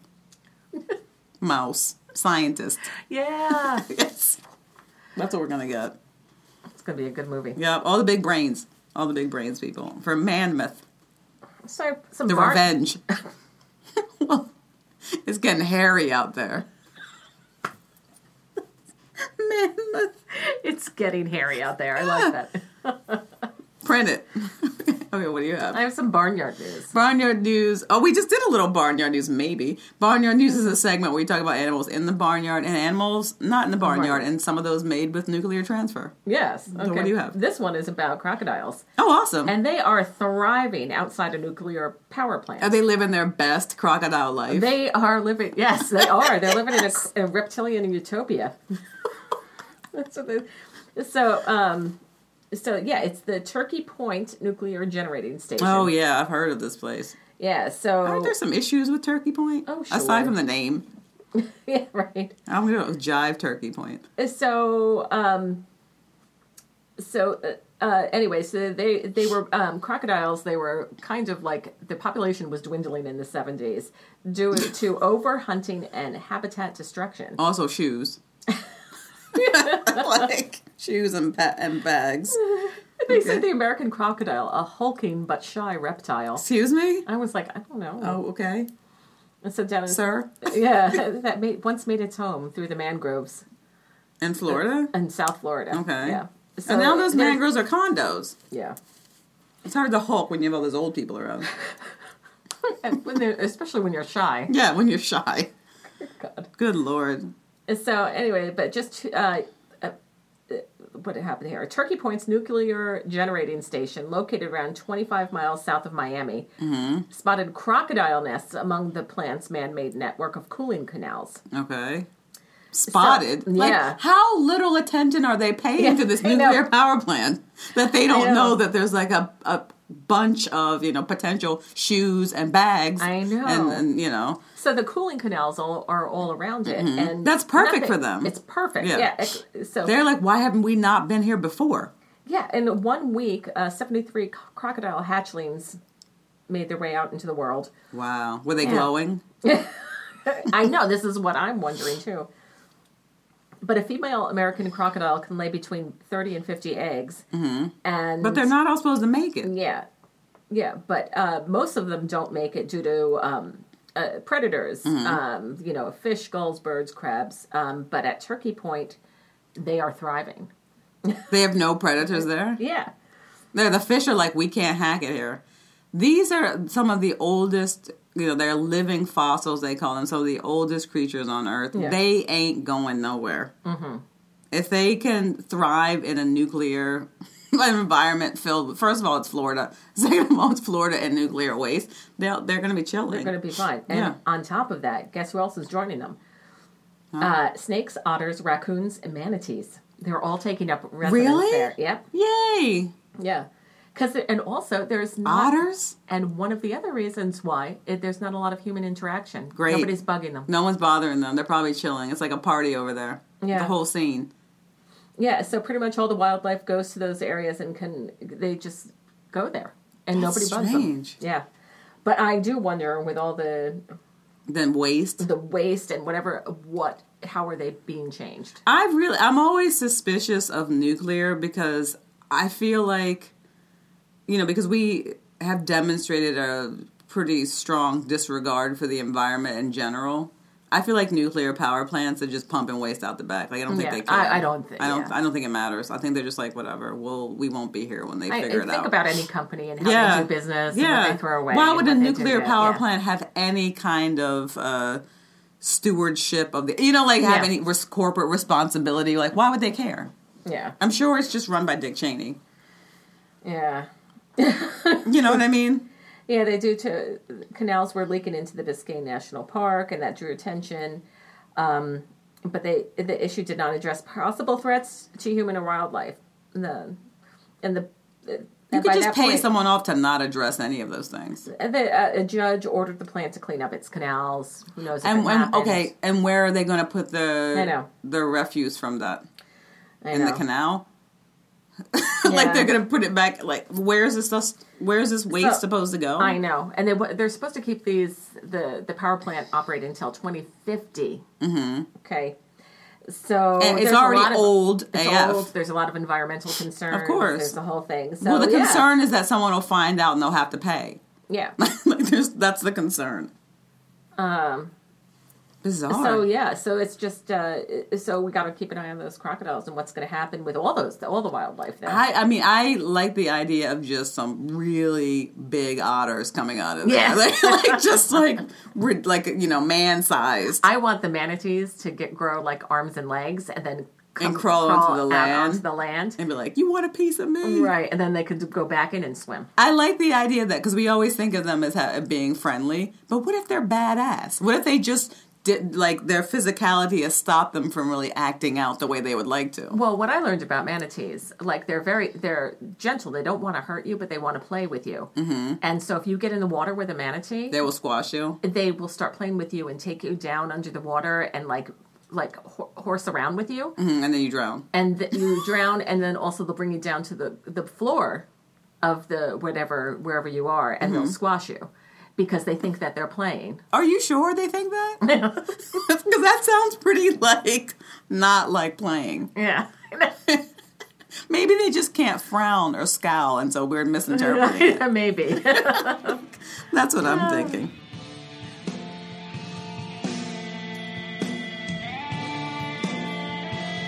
mouse scientist.
yeah.
Yes, that's what we're gonna get.
It's going to be a good movie.
Yeah, all the big brains, all the big brains people for Manmouth,
So, some
the
bar-
revenge. well, it's getting hairy out there. Manmouth,
It's getting hairy out there. I like that.
print it. okay, what do you have?
I have some barnyard news.
Barnyard News. Oh, we just did a little Barnyard News, maybe. Barnyard News is a segment where we talk about animals in the barnyard and animals not in the barnyard, and some of those made with nuclear transfer.
Yes. Okay.
what do you have?
This one is about crocodiles,
Oh, awesome. And
and they are thriving outside a nuclear power plant.
are they living their best crocodile life?
They are living. Yes, they are. They're living in a, a reptilian utopia. That's what they. So, um, so yeah, it's the Turkey Point nuclear generating station.
oh, yeah, I've heard of this place.
yeah.
Aren't
So,
there some issues with Turkey Point?
Oh,
Aside
sure.
from the name,
yeah, right.
I'm going to go with Jive Turkey Point.
So, um, so uh, uh, anyway, so they they were um, crocodiles. They were kind of like the population was dwindling in the seventies due to overhunting and habitat destruction.
Also, shoes. like shoes and, ba- and bags.
They said the American crocodile, a hulking but shy reptile.
Excuse me?
I was like, I don't know.
Oh, okay.
And so down in,
Sir?
yeah, that made, once made its home through the mangroves
In Florida?
in South Florida.
Okay.
Yeah. So
and now those
there's-
mangroves are condos.
Yeah.
It's hard to hulk when you have all those old people around.
And when they're- especially when you're shy.
yeah, when you're shy. Good lord.
So anyway, but just uh, uh, what happened here? Turkey Point's nuclear generating station, located around 25 miles south of Miami,
Mm-hmm.
spotted crocodile nests among the plant's man-made network of cooling canals.
Okay. Spotted. like,
yeah.
how little attention are they paying
Yeah,
to this
I know.
nuclear power plant that they don't know.
know.
that there's like a, a bunch of, you know, potential shoes and bags.
I know.
And, and you know,
So the cooling canals all, are all around it, and
Mm-hmm. That's perfect for them.
It's perfect.
Yeah.
Yeah. ex- So
they're like, why haven't we not been here before?
yeah, in one week, uh, 73 cro- crocodile hatchlings made their way out into the world.
Wow. Were they glowing?
I know this is what I'm wondering too. But a female American crocodile can lay between 30 and 50 eggs, and
Mm-hmm. But they're not all supposed to make it.
Yeah, yeah, but uh, most of them don't make it due to um, uh, predators.
Mm-hmm.
Um, you know, fish, gulls, birds, crabs. Um, but at Turkey Point, they are thriving.
They have no predators there.
Yeah,
They're, the fish are like, we can't hack it here. These are some of the oldest, you know, they're living fossils, they call them. So the oldest creatures on Earth.
Yeah. Mm-hmm.
They ain't going nowhere. If they can thrive in a nuclear environment filled with, first of all, it's Florida. Second of all, it's Florida and nuclear waste. They'll, they're going to be chilling.
they're going to be fine. And
Yeah.
on top of that, guess who else is joining them? Uh, snakes, otters, raccoons, and manatees. They're all taking up residence
Really?
there. Yep.
Yay!
Yeah. Because and also there's not,
Otters?
and one of the other reasons why it, there's not a lot of human interaction.
Great.
Nobody's bugging them.
No one's bothering them. They're probably chilling. It's like a party over there.
Yeah.
The whole scene.
Yeah, so pretty much all the wildlife goes to those areas and can they just go there and nobody bugs them.
Strange.
Yeah. But I do wonder with all the
Then waste.
the waste and whatever what how are they being changed?
I've really I'm always suspicious of nuclear because I feel like you know because we have demonstrated a pretty strong disregard for the environment in general. I feel like nuclear power plants are just pumping waste out the back. Like I don't think
Yeah,
they care.
I- I don't thi-
I don't.
yeah.
I don't think it matters. I think they're just like whatever. We'll we won't be here when they
I, I
figure
think
it out.
about any company and how they do business and what they throw away.
Why
and
would
what
a
they do
nuclear
that,
power
yeah.
plant have any kind of uh, stewardship of the you know like have
Yeah.
any res- corporate responsibility like why would they care
Yeah.
i'm sure it's just run by dick cheney
Yeah.
you know what i mean
Yeah, they do. To canals were leaking into the Biscayne National Park, and that drew attention. Um, but they the issue did not address possible threats to human and wildlife. The and the
you could just pay someone off to not address any of those things
The, uh, a judge ordered the plant to clean up its canals. Who knows? If
and,
it
and
happened.
okay and where are they going to put the
I know.
the refuse from that
I
in the
know.
canal
Yeah.
like they're going to put it back like where's this stuff where's this waste
So-
supposed to go
I know, and they wa- they're supposed to keep these the the power plant operating until twenty Mm-hmm. Okay, so
And it's
there's a
already
lot of-
old
It's
AF.
old. There's a lot of environmental concerns.
course.
there's the whole thing. So
well the
Oh, yeah.
concern is that someone will find out and they'll have to pay
yeah.
like there's that's the concern
Um,
bizarre
so yeah, so it's just uh, so we got to keep an eye on those crocodiles and what's going to happen with all those all the wildlife there.
I, I mean, I like the idea of just some really big otters coming out of there.
Yeah.
Like, like, just like, rid- like you know, man sized.
I want the manatees to get grow like arms and legs and then come,
And crawl onto the
out
land.
onto the land.
And be like, you want a piece of me?
Right, and then they could go back in and swim.
I like the idea of that because we always think of them as ha- being friendly. But what if they're badass? What if they just did, like, their physicality has stopped them from really acting out the way they would like to?
Well, what I learned about manatees, like they're very they're gentle. They don't want to hurt you, but they want to play with you. Mm-hmm. And so if you get in the water with a manatee,
They will squash you.
they will start playing with you and take you down under the water and like like ho- horse around with you
Mhm, And then you drown.
and th- you drown and then also they'll bring you down to the the floor of the whatever wherever you are and they'll squash you because they think that they're playing
Are you sure they think that? Because that sounds pretty, like, not like playing.
yeah
Maybe they just can't frown or scowl, and so we're misinterpreting.
maybe
That's what I'm thinking.